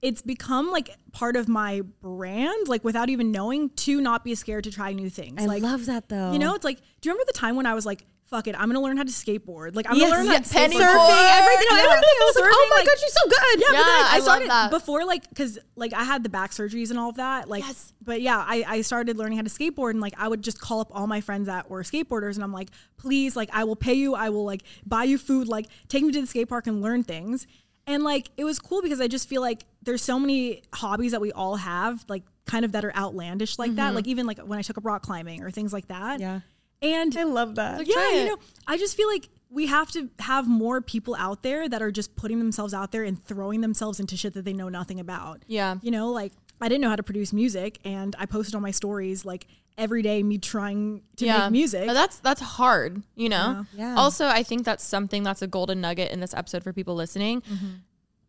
D: it's become like part of my brand, like without even knowing, to not be scared to try new things.
E: I
D: like,
E: love that though.
D: You know, it's like, do you remember the time when I was like, "Fuck it, I'm gonna learn how to skateboard." Like, I'm
E: Yes.
D: gonna learn how
E: Yeah,
D: to
B: penny
D: skateboard.
B: board.
E: surfing, everything,
D: Yeah.
E: everything. I was like, oh
D: Surfing,
E: my god, you're so good.
D: Yeah, but
B: Yeah,
D: then I,
B: I
D: I
B: love
D: started
B: that.
D: before like because like I had the back surgeries and all of that. Like, but yeah, I, I started learning how to skateboard and like I would just call up all my friends that were skateboarders and I'm like, please, like I will pay you, I will like buy you food, like take me to the skate park and learn things. And like it was cool because I just feel like there's so many hobbies that we all have, like kind of that are outlandish like that. Like even like when I took up rock climbing or things like that.
E: Yeah.
D: And
E: I love that.
D: yeah, you know, I just feel like we have to have more people out there that are just putting themselves out there and throwing themselves into shit that they know nothing about.
C: Yeah.
D: You know, like I didn't know how to produce music and I posted on my stories like every day me trying to make music.
C: But that's that's hard, you know.
E: Yeah. Yeah.
C: Also, I think that's something that's a golden nugget in this episode for people listening.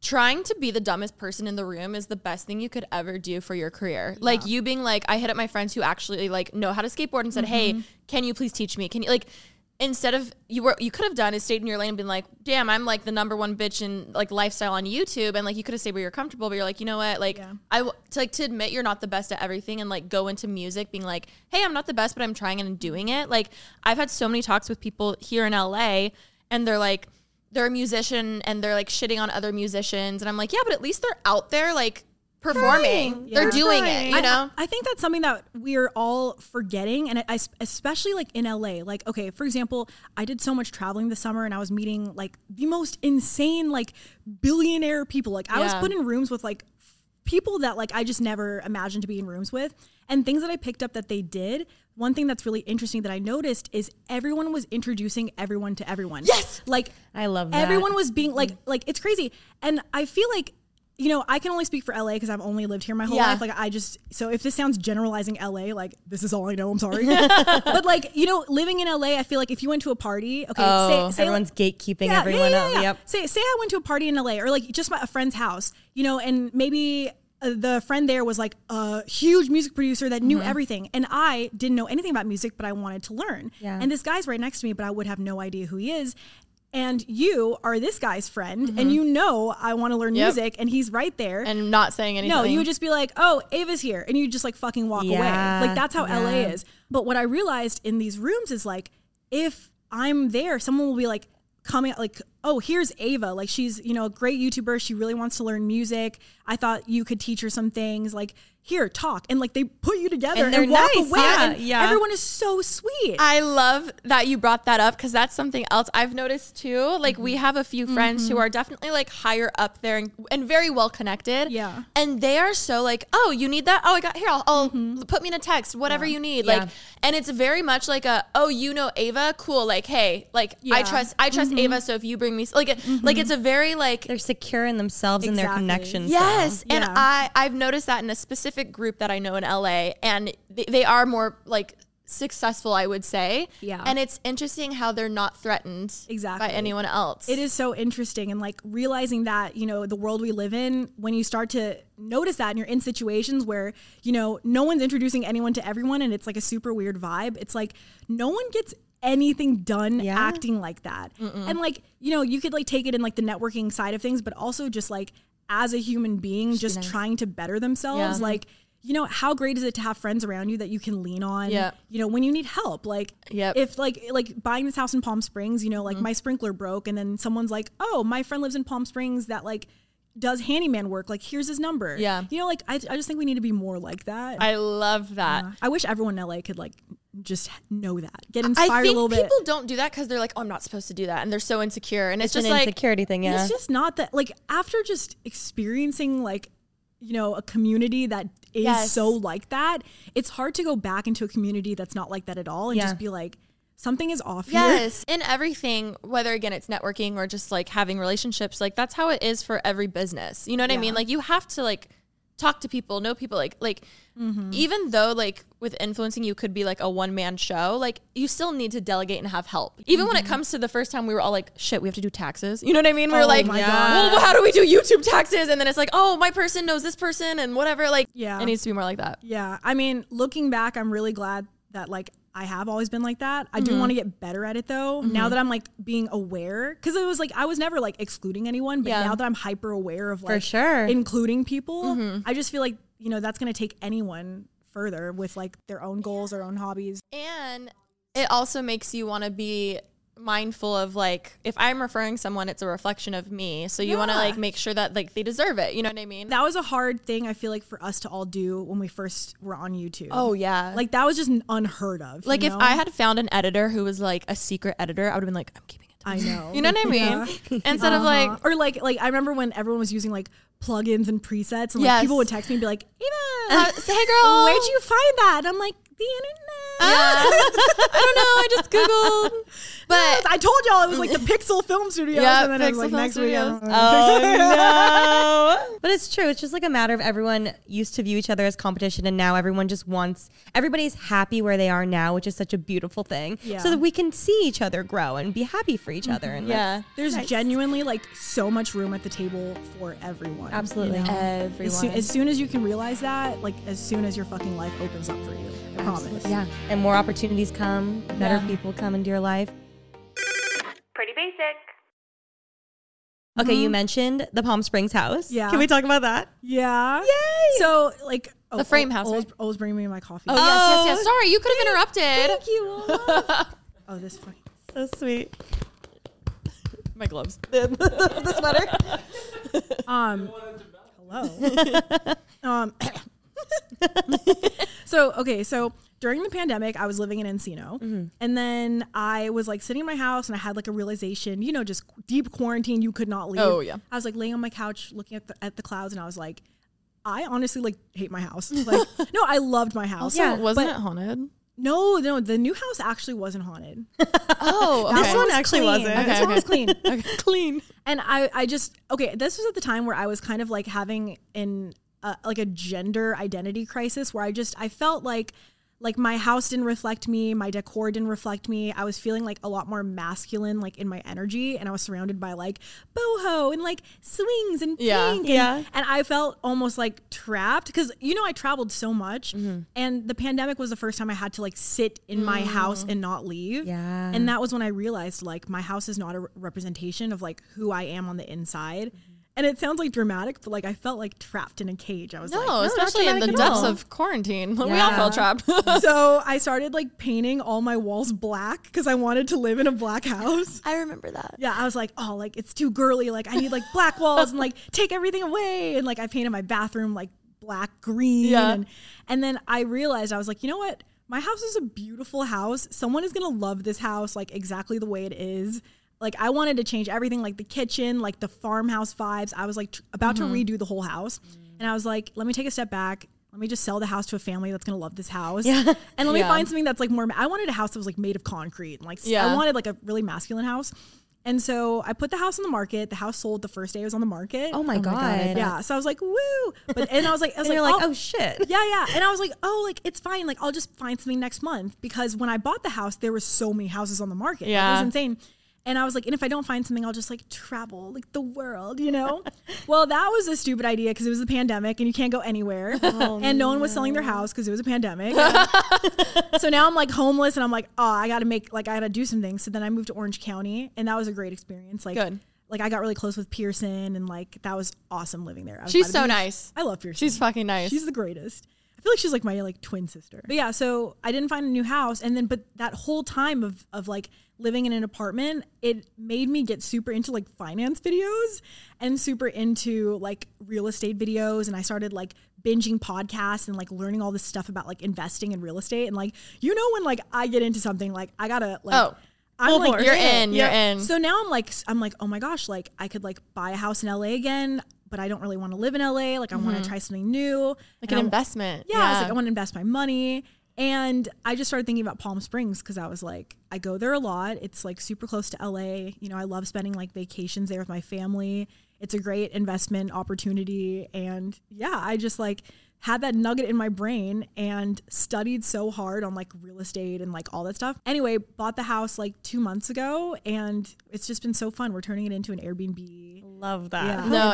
C: Trying to be the dumbest person in the room is the best thing you could ever do for your career. Like you being like, I hit up my friends who actually like know how to skateboard and said, "Hey, can you please teach me? Can you like?" Instead of you were you could have done is stayed in your lane and been like, damn, I'm like the number one bitch in like lifestyle on YouTube, and like you could have stayed where you're comfortable, but you're like, you know what, like I w- to, like to admit you're not the best at everything, and like go into music being like, hey, I'm not the best, but I'm trying and doing it. Like I've had so many talks with people here in LA, and they're like, they're a musician and they're like shitting on other musicians, and I'm like, yeah, but at least they're out there like performing, they're doing it, you know.
D: I think that's something that we're all forgetting, and I- I, especially like in LA. Like, okay, for example, I did so much traveling this summer, and I was meeting like the most insane, like billionaire people. Like, I was
C: Yeah.
D: put in rooms with like people that like I just never imagined to be in rooms with, and things that I picked up that they did. One thing that's really interesting that I noticed is everyone was introducing everyone to everyone. Yes, like
E: I love that.
D: everyone was being like like it's crazy and i feel like you know i can only speak for la because i've only lived here my whole
C: Yeah.
D: life like i just so if this sounds generalizing la like this is all i know i'm sorry *laughs* but like you know living in la i feel like if you went to a party okay
E: Oh,
D: say, say
E: everyone's gatekeeping
D: yeah, yeah,
E: everyone
D: yeah,
E: else.
D: yeah.
E: Yep.
D: Say, say I went to a party in LA or like just my, a friend's house, you know, and maybe uh, the friend there was like a huge music producer that
E: Mm-hmm.
D: knew everything. And I didn't know anything about music, but I wanted to learn.
E: Yeah.
D: And this guy's right next to me, but I would have no idea who he is. And you are this guy's friend,
E: Mm-hmm.
D: and you know I want to learn
C: Yep.
D: music, and he's right there.
C: And not saying anything.
D: No, you would just be like, "Oh, Ava's here," and you just like fucking walk
E: Yeah,
D: away. Like that's how
E: yeah.
D: LA is. But what I realized in these rooms is like, if I'm there, someone will be like coming like, "Oh, here's Ava. Like she's you know a great YouTuber. She really wants to learn music. I thought you could teach her some things. Like here, talk." And like they put you together
E: And
D: and,
E: they're
D: walk
E: nice,
D: away.
E: yeah,
D: and
E: yeah.
D: everyone is so sweet.
C: I love that you brought that up because that's something else I've noticed too. Like we have a few friends who are definitely like higher up there and, and very well connected.
D: Yeah.
C: And they are so like, oh, you need that? Oh, I got here. I'll, I'll put me in a text, whatever you need. Like, and it's very much like a, oh, you know Ava? Cool. Like, hey, like I
D: Yeah.
C: trust, I trust Ava. So if you bring me, s- like, it- like it's a very like
E: They're secure in themselves and their
D: Exactly.
E: connections.
C: Yes, and
D: Yeah.
C: I I've noticed that in a specific group that I know in LA, and they, they are more like successful, I would say.
D: Yeah.
C: and it's interesting how they're not threatened
D: Exactly.
C: by anyone else.
D: It is so interesting and like realizing that, you know, the world we live in, when you start to notice that and you're in situations where, you know, no one's introducing anyone to everyone and it's like a super weird vibe, it's like no one gets anything done
E: Yeah.
D: acting like that. And like, you know, you could like take it in like the networking side of things, but also just like as a human being, just trying to better themselves. Like, you know, how great is it to have friends around you that you can lean on?
C: Yeah.
D: You know, when you need help, like
C: Yep.
D: if like like buying this house in Palm Springs, you know,
C: Mm-hmm.
D: like my sprinkler broke and then someone's like, "Oh, my friend lives in Palm Springs that like does handyman work. Like here's his number."
C: Yeah.
D: You know, like I, I just think we need to be more like that. I,
C: I love that.
D: wish everyone in LA could like just know that. Get
C: I
D: inspired
C: think
D: a little bit.
C: people don't do that because they're like, oh, I'm not supposed to do that, and they're so insecure, and it's,
E: It's
C: just
E: an
C: like
E: insecurity thing. Yeah.
D: It's just not that like after just experiencing like you know a community that is
C: Yes.
D: so like that, it's hard to go back into a community that's not like that at all and
E: Yeah.
D: just be like, something is off here.
C: Yes, in everything, whether again it's networking or just like having relationships, like that's how it is for every business. You know what I mean? Like you have to like talk to people, know people. Like like
D: Mm-hmm.
C: even though like with influencing you could be like a one man show, like you still need to delegate and have help. Even when it comes to the first time, we were all like, "Shit, we have to do taxes." You know what I mean? We were like,
D: Mm-hmm. Oh my God.
C: "Well, how do we do YouTube taxes?" And then it's like, "Oh, my person knows this person and whatever." Like,
D: Yeah.
C: it needs to be more like that.
D: Yeah. I mean, looking back, I'm really glad that like I have always been like that. I
C: Mm-hmm.
D: do want to get better at it though. Now that I'm like being aware, because it was like I was never like excluding anyone, but
C: Yeah.
D: now that I'm hyper aware of like
E: sure.
D: including people,
C: Mm-hmm.
D: I just feel like you know that's gonna take anyone further with like their own goals, their own hobbies.
C: And it also makes you want to be mindful of like if I'm referring someone, it's a reflection of me. So you want to
D: Yeah.
C: like make sure that like they deserve it. You know what I mean?
D: That was a hard thing I feel like for us to all do when we first were on YouTube.
C: Oh, yeah. Like
D: like that was just unheard of. you
C: like if
D: know?
C: I had found an editor who was like a secret editor, I would have been like, I'm keeping it.
D: I know.
C: You know what I mean? *laughs* Instead of like
D: Uh, or like like I remember when everyone was using like plugins and presets, and like
C: Yes.
D: people would text me and be like,
C: *laughs*
D: Ava,
C: uh, say, hey girl,
D: where'd you find that? And I'm like, the internet.
C: *laughs* Yeah. *laughs* I don't know. I just googled, but
D: I told y'all it was like
C: *laughs*
D: the Pixel Film Studios,
C: Yeah,
D: and then it was
C: Pixel
D: like
C: Film
D: next week. I *laughs*
C: Studios. Oh.
D: don't know.
E: Oh no! but it's true. It's just like a matter of everyone used to view each other as competition, and now everyone just wants everybody's happy where they are now, which is such a beautiful thing.
D: Yeah. Mm-hmm.
E: So that we can see each other grow and be happy for each other. And
C: yeah,
E: that's-
D: There's genuinely like so much room at the table for everyone.
E: Absolutely.
C: everyone.
D: As soon, as soon as you can realize that, like as soon as your fucking life opens up for you, I promise.
E: yeah, and more opportunities come, better people come into your life.
A: Pretty basic.
E: Okay, you mentioned the Palm Springs house.
D: Mm-hmm. Yeah.
E: Can we talk about that?
D: Yeah. Yay! So like oh,
C: The frame
D: Ol-
C: house,
D: Ol's,
C: right?
D: Ol's bringing me my coffee.
C: Oh, yes, yes, yes. Sorry, you could have interrupted.
E: Thank you. Ola.
D: oh this fucking.
E: so sweet.
C: My gloves.
E: *laughs* the sweater.
D: *laughs* Um, hello.
E: *laughs*
D: um, *coughs* so okay, so during the pandemic, I was living in Encino,
E: Mm-hmm.
D: and then I was like sitting in my house, and I had like a realization, you know, just deep quarantine, you could not leave.
C: Oh, yeah.
D: I was like laying on my couch, looking at the, at the clouds, and I was like, I honestly like hate my house.
E: *laughs*
D: Like, no, I loved my
C: *laughs*
D: house.
C: yeah, wasn't
D: but-
C: it haunted?
D: No, no, the new house actually wasn't haunted.
C: Oh, okay.
E: This one
D: was
E: actually
D: clean.
E: wasn't.
D: This one was clean.
C: *laughs* clean.
D: And I, I just okay. This was at the time where I was kind of like having an uh, like a gender identity crisis, where I just I felt like like my house didn't reflect me, my decor didn't reflect me. I was feeling like a lot more masculine, like in my energy, and I was surrounded by like boho and like swings and
C: Yeah.
D: pink, and,
E: Yeah.
D: and I felt almost like trapped because you know I traveled so much,
E: Mm-hmm.
D: and the pandemic was the first time I had to like sit in my house and not leave.
E: Mm. Yeah.
D: And that was when I realized like my house is not a re- representation of like who I am on the inside.
E: Mm-hmm.
D: And it sounds like dramatic, but like I felt like trapped in a cage. I was
C: No,
D: like, *laughs*
C: especially in the
E: dramatic at
C: depths
E: all.
C: of quarantine. *laughs* We all felt trapped. *laughs*
D: so I started like painting all my walls black because I wanted to live in a black house.
C: I remember that.
D: Yeah, I was like, oh, like it's too girly. Like I need like black walls and like take everything away. And like I painted my bathroom like black green.
C: Yeah.
D: And, and then I realized I was like, you know what? My house is a beautiful house. Someone is gonna love this house like exactly the way it is. Like I wanted to change everything, like the kitchen, like the farmhouse vibes. I was like tr- about
C: Mm-hmm.
D: to redo the whole house, and I was like, let me take a step back. Let me just sell the house to a family that's gonna love this house, and let
C: *laughs*
D: me
C: Yeah.
D: find something that's like more. I wanted a house that was like made of concrete, and like s- I
C: Yeah.
D: wanted like a really masculine house. And so I put the house on the market. The house sold the first day it was on the market.
E: Oh my, god.
D: yeah. So I was like, woo! But and I was like, I was
E: And you're like,
D: oh,
E: oh shit.
D: yeah, yeah. And I was like, oh, like it's fine. Like I'll just find something next month because when I bought the house, there were so many houses on the market. Like, it
C: Yeah.
D: was insane. And I was like, and if I don't find something, I'll just like travel like the world,
C: *laughs*
D: you know? well, that was a stupid idea because it was the pandemic and you can't
C: *laughs*
D: go anywhere.
C: Oh,
D: and no one was selling their house because it was a pandemic. so now I'm like homeless and I'm like, oh, I gotta make like I gotta do some things. So then I moved to Orange County and that was a great experience. Like
C: Good.
D: like I got really close with Pearson and like that was awesome living there. I was
C: She's
D: by the
C: so
D: beach.
C: nice.
D: I love Pearson.
C: She's fucking nice.
D: She's the greatest. I feel like she's like my like twin sister. But yeah, so I didn't find a new house, and then but that whole time of of like living in an apartment, it made me get super into like finance videos and super into like real estate videos, and I started like binging podcasts and like learning all this stuff about like investing in real estate, and like you know when like I get into something, like I gotta like.
C: Oh.
D: I'm
C: Full
D: like
C: bore. You're in, you're in.
D: So now I'm like I'm like, oh my gosh, like I could like buy a house in LA again, but I don't really want to live in LA. Like I want to try something new.
C: like
D: And
C: an
D: I'm-
C: investment.
D: yeah, I was like, I want to invest my money. And I just started thinking about Palm Springs because I was like, I go there a lot. It's like super close to LA. You know, I love spending like vacations there with my family. It's a great investment opportunity. And yeah, I just like had that nugget in my brain and studied so hard on like real estate and like all that stuff. Anyway, bought the house like two months ago and it's just been so fun. We're turning it into an Airbnb.
E: Love that.
D: Yeah.
C: oh, No,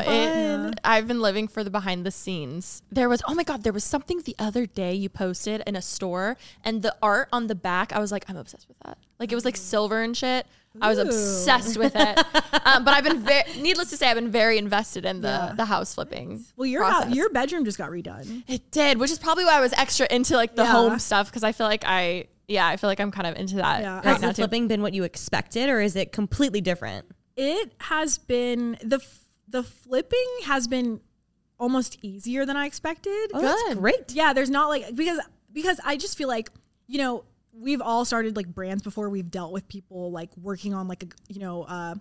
C: it, I've been living for the behind the scenes. There was, oh my God, there was something the other day you posted in a store and the art on the back, I was like, I'm obsessed with that. Like it was like
D: Mm.
C: silver and shit. I was obsessed with it. um, but I've been, very,
D: *laughs*
C: needless to say, I've been very invested in the, the house flipping.
D: Well, your
C: process.
D: hou- your bedroom just got redone.
C: It did, which is probably why I was extra into like the
D: Yeah.
C: home stuff because I feel like I, yeah, I feel like I'm kind of into that
D: Yeah.
C: right
E: Has
C: now
E: the
C: too.
E: flipping been what you expected, or is it completely different?
D: It has been the f- the flipping has been almost easier than I expected.
E: Oh, that's great.
D: Yeah, there's not like because because I just feel like you know we've all started like brands before. We've dealt with people like working on like a you know. Uh,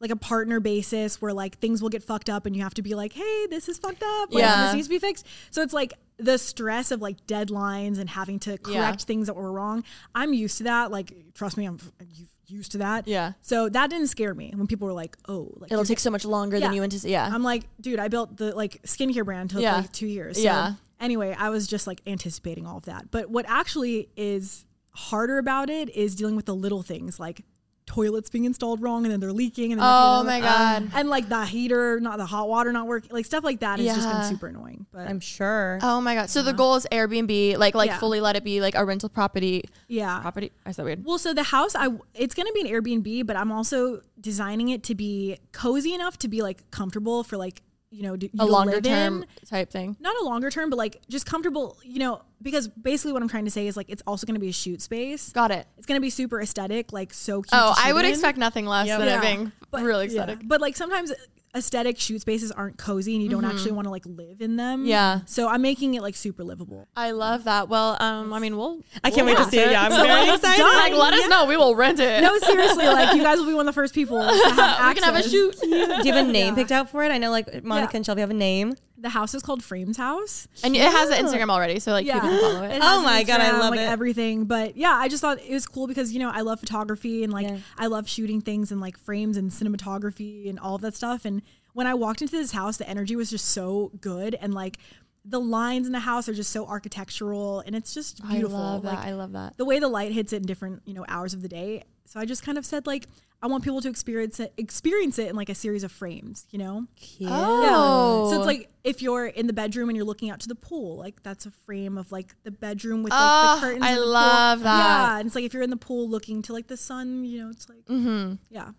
D: like a partner basis where like things will get fucked up and you have to be like, hey, this is fucked up. Like,
C: Yeah.
D: This needs to be fixed. So it's like the stress of like deadlines and having to correct things that were wrong. I'm used to that. Like, trust me, I'm f- used to that.
C: Yeah.
D: So that didn't scare me when people were like, oh, like
C: It'll
D: you're-
C: take so much longer than
D: Yeah.
C: you anticipate. Yeah.
D: I'm like, dude, I built the like skincare brand took
C: Yeah.
D: like two years. So
C: Yeah.
D: anyway, I was just like anticipating all of that. But what actually is harder about it is dealing with the little things like toilets being installed wrong and then they're leaking and then
C: Oh
D: they
C: my
D: have to get another-
C: God.
D: um, and like the heater, not the hot water not working, like stuff like that has just been
C: Yeah.
D: super annoying. But
E: I'm sure.
C: Oh my god! So the goal is Airbnb, like like
D: Uh-huh. Yeah.
C: fully let it be like a rental property.
D: yeah.
C: Property? Is that weird?
D: Well, so the house, I it's going to be an Airbnb, but I'm also designing it to be cozy enough to be like comfortable for like you know d- you
C: a
D: to
C: longer
D: live
C: term
D: in.
C: type thing.
D: not a longer term, but like just comfortable, you know, because basically what I'm trying to say is like it's also going to be a shoot space.
C: Got it.
D: It's going to be super aesthetic, like so cute.
C: Oh,
D: to
C: I
D: shoot
C: would
D: in.
C: expect nothing less than
D: Yeah.
C: it being
D: But-
C: really
D: yeah.
C: exciting.
D: But like sometimes aesthetic shoot spaces aren't cozy and you don't actually want to like live in them.
C: Mm-hmm. Yeah.
D: So I'm making it like super livable.
C: I love that. Well, um, I mean, we'll.
E: I can't wait to see it. *laughs* Yeah, I'm
C: So
E: very
C: let us-
E: excited.
C: Like, let us know. We will rent it.
D: No, seriously, like you guys will be one of the
C: *laughs*
D: first people to have
C: we can have a
D: access.
C: shoot.
E: Do you have a name picked out for it? I know, like Monica
D: Yeah.
E: and Shelby have a *laughs* name.
D: The house is called Frames House.
C: And it has an Instagram already, so like
D: Yeah.
C: people can follow *laughs* it.
E: Oh my god, I
D: Instagram,
E: love
D: like
E: it.
D: everything. But yeah, I just thought it was cool because you know I love photography and like I love shooting things and like frames and cinematography and all of that stuff. And when I walked into this house, the energy was just so good and like the lines in the house are just so architectural and it's just beautiful.
C: I love that.
D: Like,
C: I love that.
D: the way the light hits it in different you know hours of the day. So I just kind of said like I want people to experience it experience it in like a series of frames. You know.
C: Oh,
D: So it's like if you're in the bedroom and you're looking out to the pool, like that's a frame of like the bedroom with like
C: Oh,
D: the curtains.
C: I
D: and the pool.
C: love that.
D: Yeah, and it's like if you're in the pool looking to like the sun, you know, it's like yeah. So
C: Mm-hmm.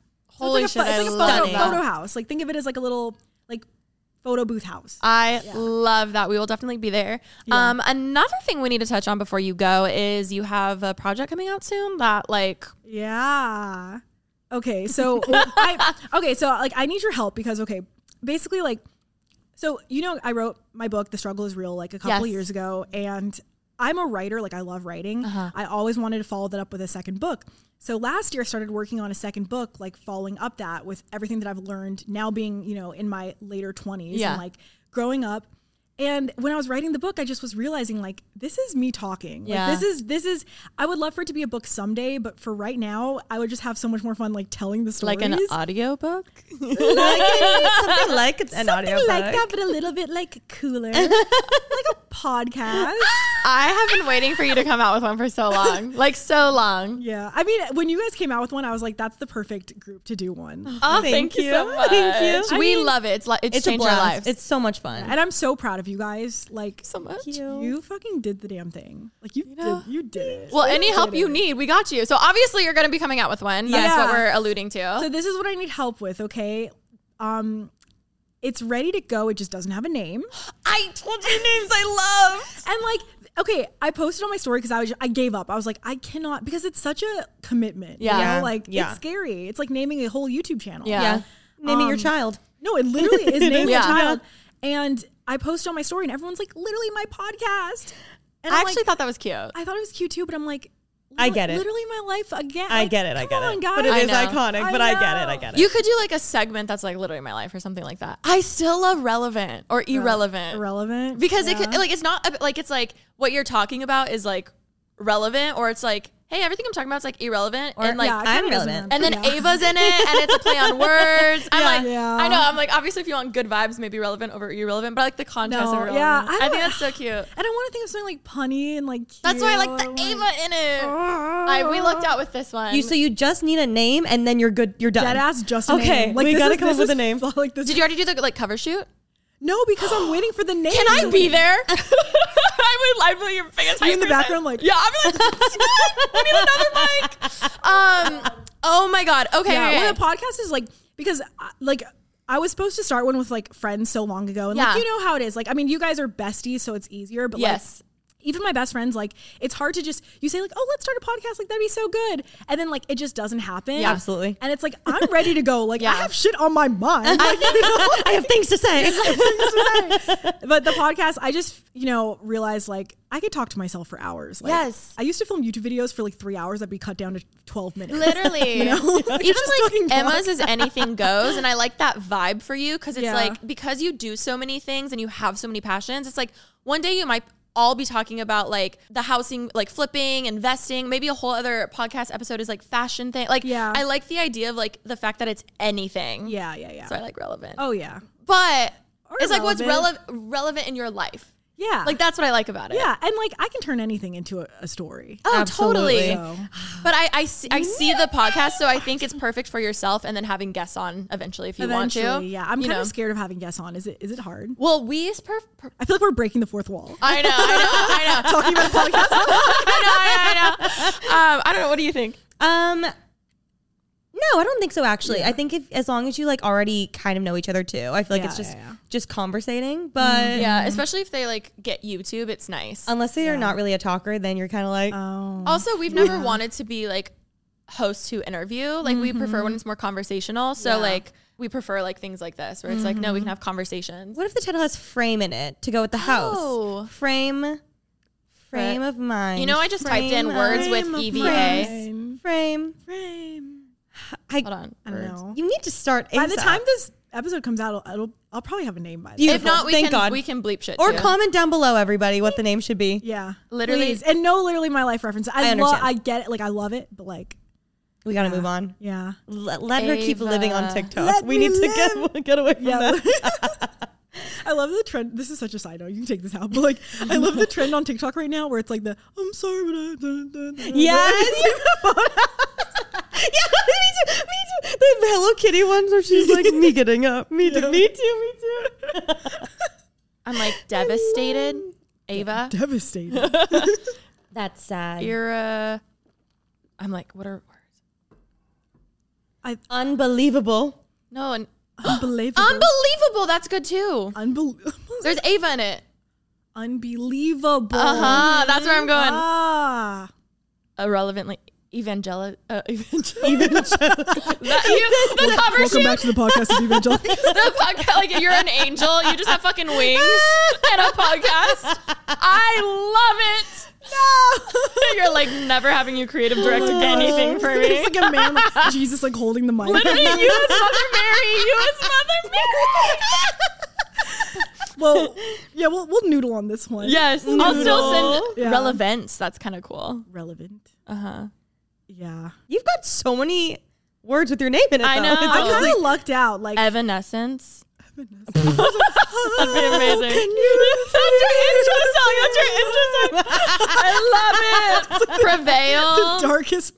C: Holy
D: it's like
C: shit,
D: A, it's
C: I
D: like a
C: love
D: photo,
C: that.
D: photo house. Like think of it as like a little like photo booth house.
C: I love that. We will definitely be there. Um, another thing we need to touch on before you go is you have a project coming out soon that like
D: Yeah. Okay. So I okay. So like I need your help because okay, basically like, so you know I wrote my book The Struggle Is Real like a couple
C: Yes.
D: years ago, and I'm a writer. Like I love writing.
C: Uh-huh.
D: I always wanted to follow that up with a second book. So last year I started working on a second book, like following up that with everything that I've learned now being you know in my later 20s
C: Yeah.
D: and like growing up. And when I was writing the book, I just was realizing like this is me talking. Like,
C: Yeah.
D: this is this is I would love for it to be a book someday, but for right now, I would just have so much more fun like telling the stories.
C: like an audiobook.
E: something like it's an
D: Something
E: audio
D: like that, but a little bit like
C: *laughs*
D: cooler. like a podcast.
C: I have been waiting for you to come out with one for so long. Like so long.
D: Yeah. I mean, when you guys came out with one, I was like, that's the perfect group to do one.
C: Oh,
E: Thank
C: thank, you. so
E: you.
C: much.
E: Thank you.
C: We
E: I mean,
C: love it. It's like it's,
E: It's a
C: changed our
E: blast.
C: lives.
E: It's so much fun.
D: And I'm so proud of you guys. Like
C: so much.
D: you fucking did the damn thing. Like you,
C: know?
D: did you did it.
C: Well, any help you need, we got you. So obviously you're going to be coming out with one. That's
D: Yeah.
C: what we're alluding to.
D: So this is what I need help with, okay? Um it's ready to go. It just doesn't have a name.
C: *gasps* I told you names I love.
D: *laughs* And like, okay, I posted on my story because I was I gave up. I was like, I cannot because it's such a commitment.
C: Yeah.
D: You
E: Yeah.
D: know? Like
E: Yeah.
D: it's scary. It's like naming a whole YouTube channel. um,
C: Yeah.
E: yeah. Naming your child.
D: No, it literally
E: *laughs*
D: is
E: It
D: naming
E: is,
D: a
C: yeah.
D: child. And I posted on my story and everyone's like, literally my podcast. And
C: I
D: I'm
C: actually
D: like,
C: thought that was cute.
D: I thought it was cute too, but I'm like,
E: I get it.
D: Literally my life again.
E: I
D: Like,
E: get it. I
D: come
E: get
D: on,
E: it.
D: Guys.
E: But it
C: I
E: is
C: know.
E: iconic.
D: I
E: But I get it.
D: know.
E: I get it.
C: You could do like a segment that's like literally my life or something like that. I still love relevant or irrelevant.
D: irrelevant.
C: because it could, like it's not a- like it's like what you're talking about is like relevant or it's like, hey, everything I'm talking about is like irrelevant
E: Or-
C: and like
E: Yeah,
D: it
E: I'm
D: kinda doesn't
E: relevant.
D: matter.
C: and then
D: Yeah.
C: Ava's in it, and it's a play
D: *laughs*
C: on words. I'm like,
D: Yeah.
C: I know. I'm like, obviously, if you want good vibes, maybe relevant over irrelevant, but I like the contrast.
D: No,
C: of
D: yeah,
C: yeah,
D: I
C: I, think
D: don't-
C: that's so
D: *laughs*
C: cute.
D: And I want to think of something like punny and like. Cute.
C: That's why I like the Ava in it. I, we lucked out with this one.
E: You so you just need a name and then you're good. You're done.
D: Dead ass Justin.
E: Okay,
D: Like
E: we
D: this
E: gotta
D: is-
E: come
D: this
E: up with
D: is
E: a name.
D: fu- *laughs* Like this.
C: Did you already do the like cover shoot?
D: No, because
C: *gasps*
D: I'm waiting for the name.
C: Can *laughs* I be there? I would. I'd be your biggest.
D: You in the
C: hypersexual-
D: background, like-
C: yeah. I'm like,
D: *laughs*
C: I need another mic. Um. Oh my god. Okay.
D: Yeah,
C: okay,
D: well,
C: okay.
D: the podcast is like because uh, like I was supposed to start one with like friends so long ago, and like
C: Yeah.
D: you know how it is. Like I mean, you guys are besties, so it's easier. But
C: Yes.
D: like, even my best friends, like it's hard to just you say like, oh, let's start a podcast, like that'd be so good, and then like it just doesn't happen.
C: Yeah.
E: Absolutely.
D: And it's like I'm ready to go. Like I
C: Yeah.
D: have shit on my mind. *laughs* Like,
E: *laughs* I have things to say. *laughs*
D: but the podcast, I just you know realized like I could talk to myself for hours. Like,
C: Yes.
D: I used to film YouTube videos for like three hours that'd be cut down to twelve minutes.
C: Literally.
D: *laughs*
C: Even
D: Just
C: like
D: fucking talk.
C: Emma's is
D: *laughs*
C: anything goes. And I like that vibe for you because it's
D: Yeah.
C: like because you do so many things and you have so many passions, it's like one day you might all be talking about like the housing, like flipping, investing. Maybe a whole other podcast episode is like fashion thing. Like
D: Yeah.
C: I like the idea of like the fact that it's anything.
D: Yeah, yeah, yeah.
C: So I like relevant.
D: oh yeah.
C: But
D: Or
C: it's like what's
D: relevant.
C: relevant relevant in your life.
D: Yeah.
C: Like that's what I like about it.
D: Yeah, and like I can turn anything into a, a story.
C: Oh,
E: Absolutely.
C: totally. But I, I see, I see the podcast, so I think it's perfect for yourself, and then having guests on eventually if you want to.
D: yeah. I'm
C: You
D: kind
C: know.
D: of scared of having guests on. Is it is it hard?
C: Well, we is perf- per-
D: I feel like we're breaking the
C: *laughs*
D: fourth wall.
C: I know, I know, *laughs* I know,
D: Talking about a podcast.
C: I know, I know. Um, I don't know. What do you think?
E: Um, no, I don't think so. Actually, I think if as long as you like already kind of know each other too, I feel like
D: Yeah,
E: it's just
D: yeah, yeah.
E: just conversating. But
D: Mm.
C: Yeah, especially if they like get YouTube, it's nice.
D: Um,
E: unless they are not really a talker, then you're kind of like
D: Oh.
C: also, we've never wanted to be like hosts who interview. Like we prefer
D: Mm-hmm.
C: when it's more conversational. So like we prefer like things like this where it's like no, we can
D: Mm-hmm.
C: have conversations.
E: What if the title has frame in it to go with the house?
C: Oh.
E: Frame, frame of mind.
C: You know, I just typed in
E: Frame
C: words
E: of-
C: with
D: Frame of
C: EVA.
D: mind.
E: frame.
D: Frame.
E: I,
C: Hold on.
D: I don't
C: words.
D: know.
E: You need to start
D: By the
E: ASAP.
D: time this episode comes out, it'll, it'll I'll probably have a name by then.
E: Beautiful.
C: If not, we
E: Thank
C: can
E: God.
C: we can bleep shit
E: or
C: too.
E: comment down below, everybody, what the name should be.
D: yeah,
C: Literally-
D: Please. and no, literally my life reference. I,
E: I
D: love.
E: understand.
D: I get it. Like I love it, but like,
E: We gotta move on.
D: yeah,
E: Let, let her keep living on
C: Ava.
E: TikTok.
D: Let
E: we
D: me
E: need to *laughs* get get away from
D: yeah.
E: that.
D: *laughs* I love the trend. This is such a side note. You can take this out, but like, I love the trend on TikTok right now where it's like the I'm sorry, but I, da, da, da, da."
E: *laughs* Yes. yeah, me too. Me too. The Hello Kitty ones where she's like, me getting up. Me too. Me too. Me too.
C: I'm like *laughs* devastated. Ava, *laughs*
D: devastated.
E: That's sad.
C: you're a. I'm like, what are words?
E: unbelievable.
C: No, and
D: Unbelievable.
C: unbelievable. That's good too.
D: Unbelievable.
C: There's Ava in it.
D: Unbelievable.
C: Uh huh. That's where I'm going.
D: Ah.
C: Irrelevantly, evangel. Uh, *laughs* evangel. That- you, the cover
D: *laughs* Welcome
C: shoot.
D: back to the podcast
C: *laughs*
D: of Evangelical.
C: the podcast, like you're an angel. You just have fucking wings *laughs* and a podcast. I love it. No, *laughs* Oh you're like never having you creative direct anything for *laughs* me.
D: It's like a man, like, Jesus, like holding the mic.
C: Literally, *laughs* you as Mother Mary. You as Mother Mary.
D: Well, yeah, we'll, we'll noodle on this one.
C: *laughs* yes, I'll still send
D: Yeah.
C: relevance. That's kind of cool.
D: Relevant.
C: Uh huh.
D: Yeah.
E: You've got so many words with your name in it.
C: I
E: though.
C: know.
E: It's
C: I
D: I
E: just
D: kind
E: like-
D: of lucked out.
C: *laughs*
D: Like,
C: Evanescence. That'd
D: *laughs*
C: be amazing. *laughs* that's your intro song. That's your intro song. *laughs* I love it. *laughs* Prevail.
D: darkest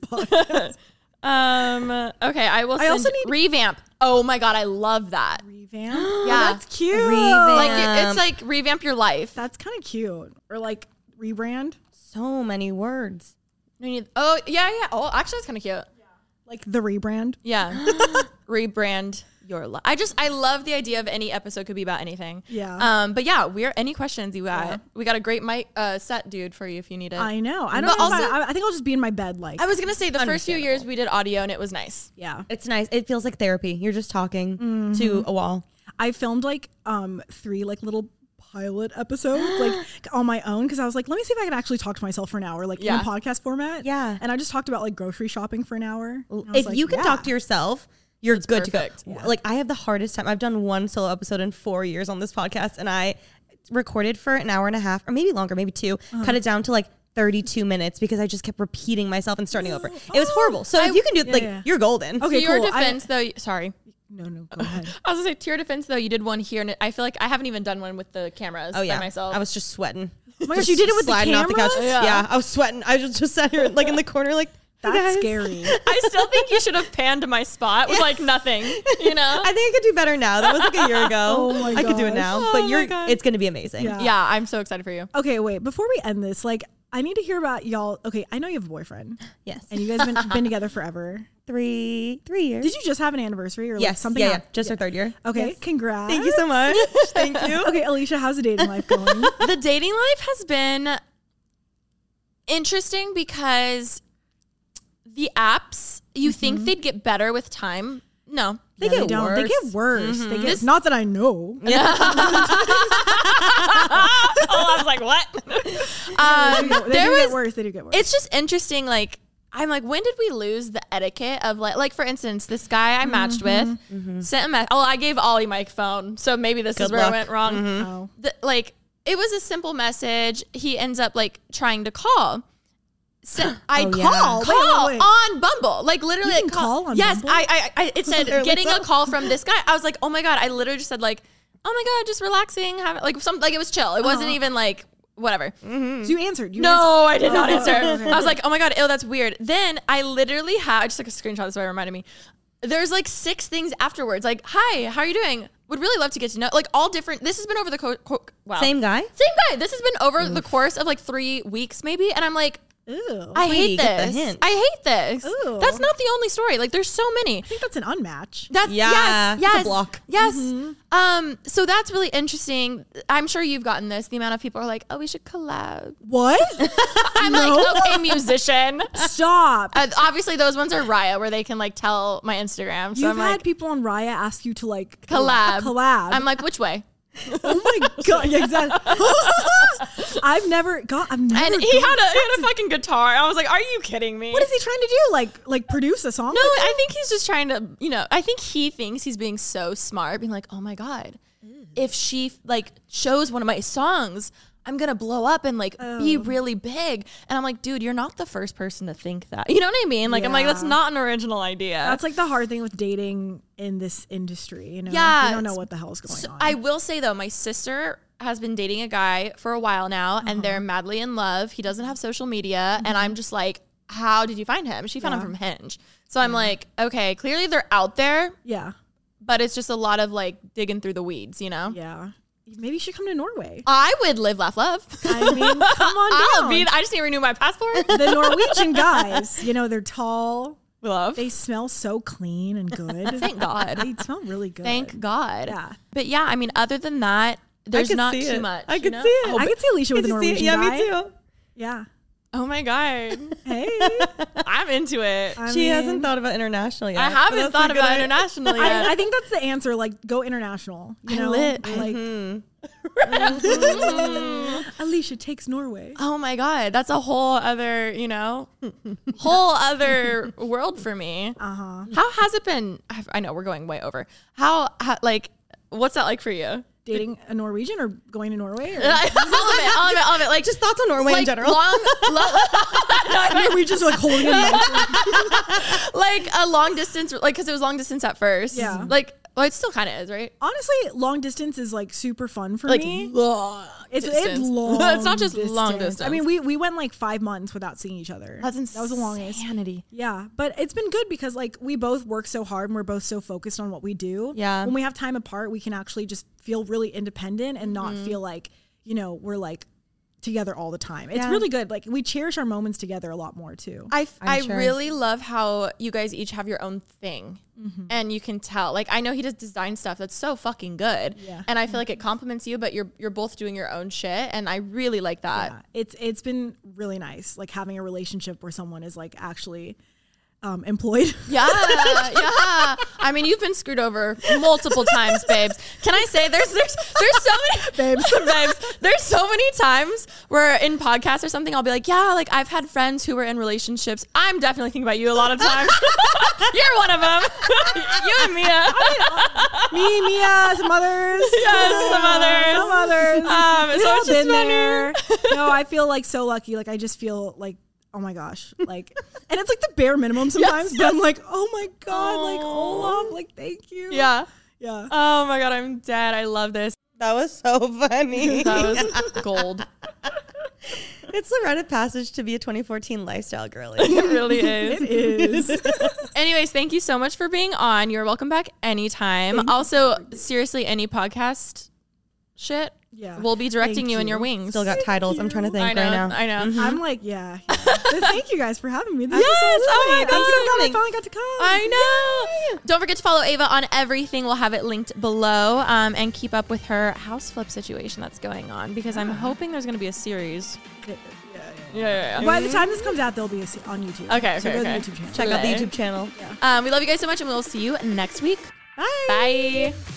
C: *laughs*
D: podcast.
C: Um. Okay, I will. Send
D: also need-
C: revamp. Oh my god, I love that.
D: Revamp.
C: *gasps* Yeah,
D: That's cute.
E: Revamp.
C: like it- it's like revamp your life.
D: That's kind of cute. Or like rebrand.
E: so many words.
C: No need- Oh yeah, yeah. Oh, actually, that's kind of cute.
D: Like the rebrand. *gasps*
C: Yeah. Rebrand your life. I just I love the idea of any episode could be about anything.
D: Yeah.
C: Um. But yeah, we're any questions you got? We got a great mic uh, set, dude, for you if you need it.
D: I know. I don't
C: But
D: know. if
C: also-
D: I, I think I'll just be in my bed. Like,
C: I was gonna say the first few years we did audio and it was nice.
D: yeah.
E: It's nice. It feels like therapy. You're just talking to a wall.
D: I filmed like um three like little pilot episodes like
E: *gasps*
D: on my own because I was like, let me see if I can actually talk to myself for an hour, like in
C: Yeah.
D: a podcast format.
E: Yeah.
D: And I just talked about like grocery shopping for an hour. And I was
E: If
D: like,
E: you can
D: yeah.
E: talk to yourself, you're good
C: perfect.
E: to go. Like I have the hardest time. I've done one solo episode in four
D: Uh-huh.
E: years on this podcast, and I recorded for an hour and a half, or maybe longer, maybe 2 Cut it down to like 32 minutes because I just kept repeating myself and starting over. It was horrible. So if you can do it, like
D: Oh, yeah.
E: you're golden.
D: Okay,
C: to your
D: cool. I-
C: defense, though, y- sorry.
D: No, no,
E: *laughs*
D: go ahead.
C: I was gonna say to your defense, though, you did one here, and I feel like I haven't even done one with the cameras
E: Oh yeah,
C: by myself.
E: I was just *laughs* sweating.
D: Oh my gosh, you did it with the
E: sliding
D: camera.
E: off the couch. Yeah. I was sweating. I just, just sat here like in the corner, like
D: That's
E: guys.
D: scary.
C: I still think you should have panned my spot with like nothing, you
D: *laughs*
C: know?
E: *laughs* I think I could do better now. That was like a year ago.
D: Oh my
E: I could do it
D: gosh.
E: now,
C: Oh
E: but
C: my
E: you're
C: God.
E: it's gonna be amazing.
D: Yeah.
C: yeah, I'm so excited for you.
D: Okay, wait. Before we end this, like, I need to hear about y'all. Okay, I know you have a boyfriend,
E: Yes,
D: and you guys been been together forever.
E: three three years.
D: Did you just have an anniversary or like
E: yes,
D: something?
E: Yeah, yeah.
D: happened?
E: just our third year.
D: Okay,
E: Yes.
D: congrats.
E: Thank you so much. Thank you.
D: *laughs* Okay, Alicia, how's the dating life
E: *laughs*
D: going?
C: the dating life has been interesting because the apps you think they'd get better with time no
E: They
D: Mm-hmm. they
E: get
D: don't.
E: worse. Mm-hmm.
D: They get worse. They get not that I know.
C: oh i was like what
D: They do
C: um,
D: get- they
C: there
D: do get
C: was
D: worse. They do get worse.
C: it's just interesting like i'm like when did we lose the etiquette of like like for instance this guy i matched with
D: Mm-hmm.
C: sent a message oh i gave ollie my phone so maybe this is
E: Good
C: where
E: luck.
C: i went wrong
D: Oh.
C: the, like it was a simple message. He ends up like trying to call.
D: *gasps*
C: So I
D: Oh, yeah.
C: call
D: Wait,
C: call
D: wait, wait.
C: on Bumble, like literally
D: You
C: I
D: can call on
C: yes,
D: Bumble?
C: I, I,
D: *laughs*
C: I it said
E: Apparently
C: getting
E: so.
C: a call from this guy. I was like, oh my god. I literally just said like, oh my god, just relaxing, have like some like it was chill. It wasn't
D: Uh-huh.
C: even like whatever.
D: So you answered. You
C: No, I
E: *laughs*
C: did not
D: Oh,
C: answer.
D: okay.
C: I was like, oh my god, ew, that's weird. Then I literally had I just took a screenshot. That's why it reminded me. There's like six things afterwards. Like, hi, how are you doing? Would really love to get to know. Like all different. This has been over the co- co- wow.
E: Same guy.
C: Same guy. This has been over the course of like three weeks, maybe. And I'm like,
D: answered. Ew.
C: I
E: Sweetie,
C: hate
E: get the
C: this.
E: hint.
C: I hate this.
D: Ooh.
C: That's not the only story. Like, there's so many.
D: I think that's an unmatch.
C: That's
E: Yeah,
C: yes,
E: it's a
C: yes,
E: block. Mm-hmm.
C: yes. Um, so that's really interesting. I'm sure you've gotten this. The amount of people are like, "Oh, we should collab."
D: What?
C: *laughs* I'm
E: Oh.
C: like, "Okay,
E: *laughs*
C: musician."
D: Stop.
C: Uh, obviously, those ones are Raya, where they can like tell my Instagram. So
D: You've
C: I'm
D: had
C: like,
D: people on Raya ask you to like
C: collab,
D: Collab.
C: I'm like, which way?
D: oh
C: *laughs*
D: my god. Yeah, exactly. *laughs* I've never got. I've never.
C: And he
D: done-
C: had a he had a fucking guitar. I was like, are you kidding me?
D: What is he trying to do? Like, like produce a song?
C: No, I think he's just trying to, you know, I think he thinks he's being so smart, being like, oh my God, if she like shows one of my songs, I'm gonna blow up and like
D: Oh.
C: be really big. And I'm like, dude, you're not the first person to think that. You know what I mean? Like, I'm like, that's
D: Yeah.
C: not an original idea.
D: That's like the hard thing with dating in this industry. You know,
C: Yeah,
D: you don't know
C: it's-
D: what the hell is going
C: So
D: on.
C: I will say though, my sister has been dating a guy for a while now,
E: Uh-huh.
C: and they're madly in love. He doesn't have social media,
E: Mm-hmm.
C: and I'm just like, how did you find him? She found him from Hinge. So I'm like, okay, clearly they're out there,
D: yeah,
C: but it's just a lot of like digging through the weeds, you know?
D: yeah. Maybe you should come
C: *laughs*
D: to Norway.
C: I would live, laugh, love. *laughs*
D: I mean, come on
C: I'll
D: down.
C: be. I just need to renew my
E: *laughs*
C: passport. *laughs*
D: the Norwegian guys, you know, they're tall.
C: love.
D: They smell so clean and good.
C: Thank God.
D: They smell really good.
C: Thank God.
D: Yeah.
C: But yeah, I mean, other than that, there's
E: could
C: not
E: see
C: too
E: it.
C: much.
E: I
C: you
E: could
C: know?
E: see it.
D: I could see Alicia with a
E: Could you see it?
D: Norwegian
E: Yeah,
D: guy.
E: me too.
D: Yeah.
C: Oh my God.
D: Hey.
C: *laughs* I'm into it.
D: I
E: she
D: mean,
E: hasn't thought about international yet.
C: I
E: but
C: haven't
E: that's a
C: thought
E: good
C: about
E: idea. *laughs*
C: international yet.
D: I, I think that's the answer. Like, go international. You
C: I Mm-hmm.
D: know,
C: lit.
D: like Mm-hmm. Alicia takes Norway.
C: oh my god, that's a whole other, you know, whole other world for me.
D: Uh huh.
C: How has it been? I- I know we're going way over. How, how like, what's that like for you? *laughs*
D: Dating a Norwegian or going to Norway? Or? *laughs*
C: all of it, all of it, all of it. Like
E: Just thoughts on Norway in
C: like
E: general.
C: long, lo-
D: we just like holding it.
C: like a long distance, like because it was long distance at first.
D: Yeah.
C: Like, well, it still kind of is, right?
D: Honestly, long distance is like super fun for
C: Like
D: me.
C: long.
D: It's, it's
C: distance. *laughs*
D: long.
C: it's not just long distance.
D: I mean, we we went like five months without seeing each other.
C: that's
D: that was the longest.
C: insanity.
D: Yeah, but it's been good because like we both work so hard and we're both so focused on what we do.
E: Yeah.
D: When we have time apart, we can actually just feel really independent and not feel like, you know, we're like together all the time. It's really good. Like we cherish our moments together a lot more too.
C: I, f- I
E: sure.
C: really love how you guys each have your own thing and you can tell like i know he does design stuff that's so fucking good
D: Yeah.
C: and i feel like it complements you but you're you're both doing your own shit and i really like that
D: Yeah, it's it's been really nice like having a relationship where someone is like actually um, employed.
C: Yeah, yeah. I mean, you've been screwed over multiple times, babes. Can I say there's there's there's so many *laughs* babes. There's so many times where in podcasts or something, I'll be like, yeah, like I've had friends who were in relationships. I'm definitely thinking about you a lot of times. *laughs* You're one of them. *laughs* you and Mia.
D: Me, Mia, some *laughs* others.
C: Yes, some others.
D: Some others.
C: Um,
D: We've
C: so
D: all
C: it's just
D: been
C: funny. *laughs*
D: there. No, I feel like so lucky. Like I just feel like, oh my gosh, like, and it's like the bare minimum sometimes. But I'm like, oh my god, like
C: Aw.
D: Olaf, like thank you.
C: Yeah.
D: yeah.
C: Oh my god, I'm dead. I love this.
E: That was so *laughs*
C: *laughs*
E: funny.
C: That
D: *laughs*
C: was gold.
E: it's the rite of passage to be a 2014 lifestyle girly.
C: It
D: *laughs*
C: really is.
D: It is.
C: *laughs* Anyways, thank you so much for being on. You're welcome back anytime. also, seriously, any podcast shit,
D: Yeah.
C: we'll be directing
D: Thank
C: you in your
D: you.
C: wings.
E: Still got titles. I'm trying to think
C: I know.
E: right now.
C: I know.
D: I'm like, yeah. yeah. But thank you guys for having me. This
C: Mm-hmm. Yes,
D: is so
C: oh my
D: lovely. Thanks for
C: God.
D: coming. I finally got to come.
C: I know. Don't forget to follow Ava on everything. We'll have it linked below, um, and keep up with her house flip situation that's going on because I'm hoping there's going to be a series. Yeah, yeah, yeah.
D: By the time this comes out, there'll be a, se- on YouTube.
C: Okay,
D: So
C: okay,
D: go to the
C: okay.
D: YouTube channel.
E: Check out the YouTube channel.
C: Um, we love you guys so much, and we'll see you next week.
E: Bye.
C: Bye.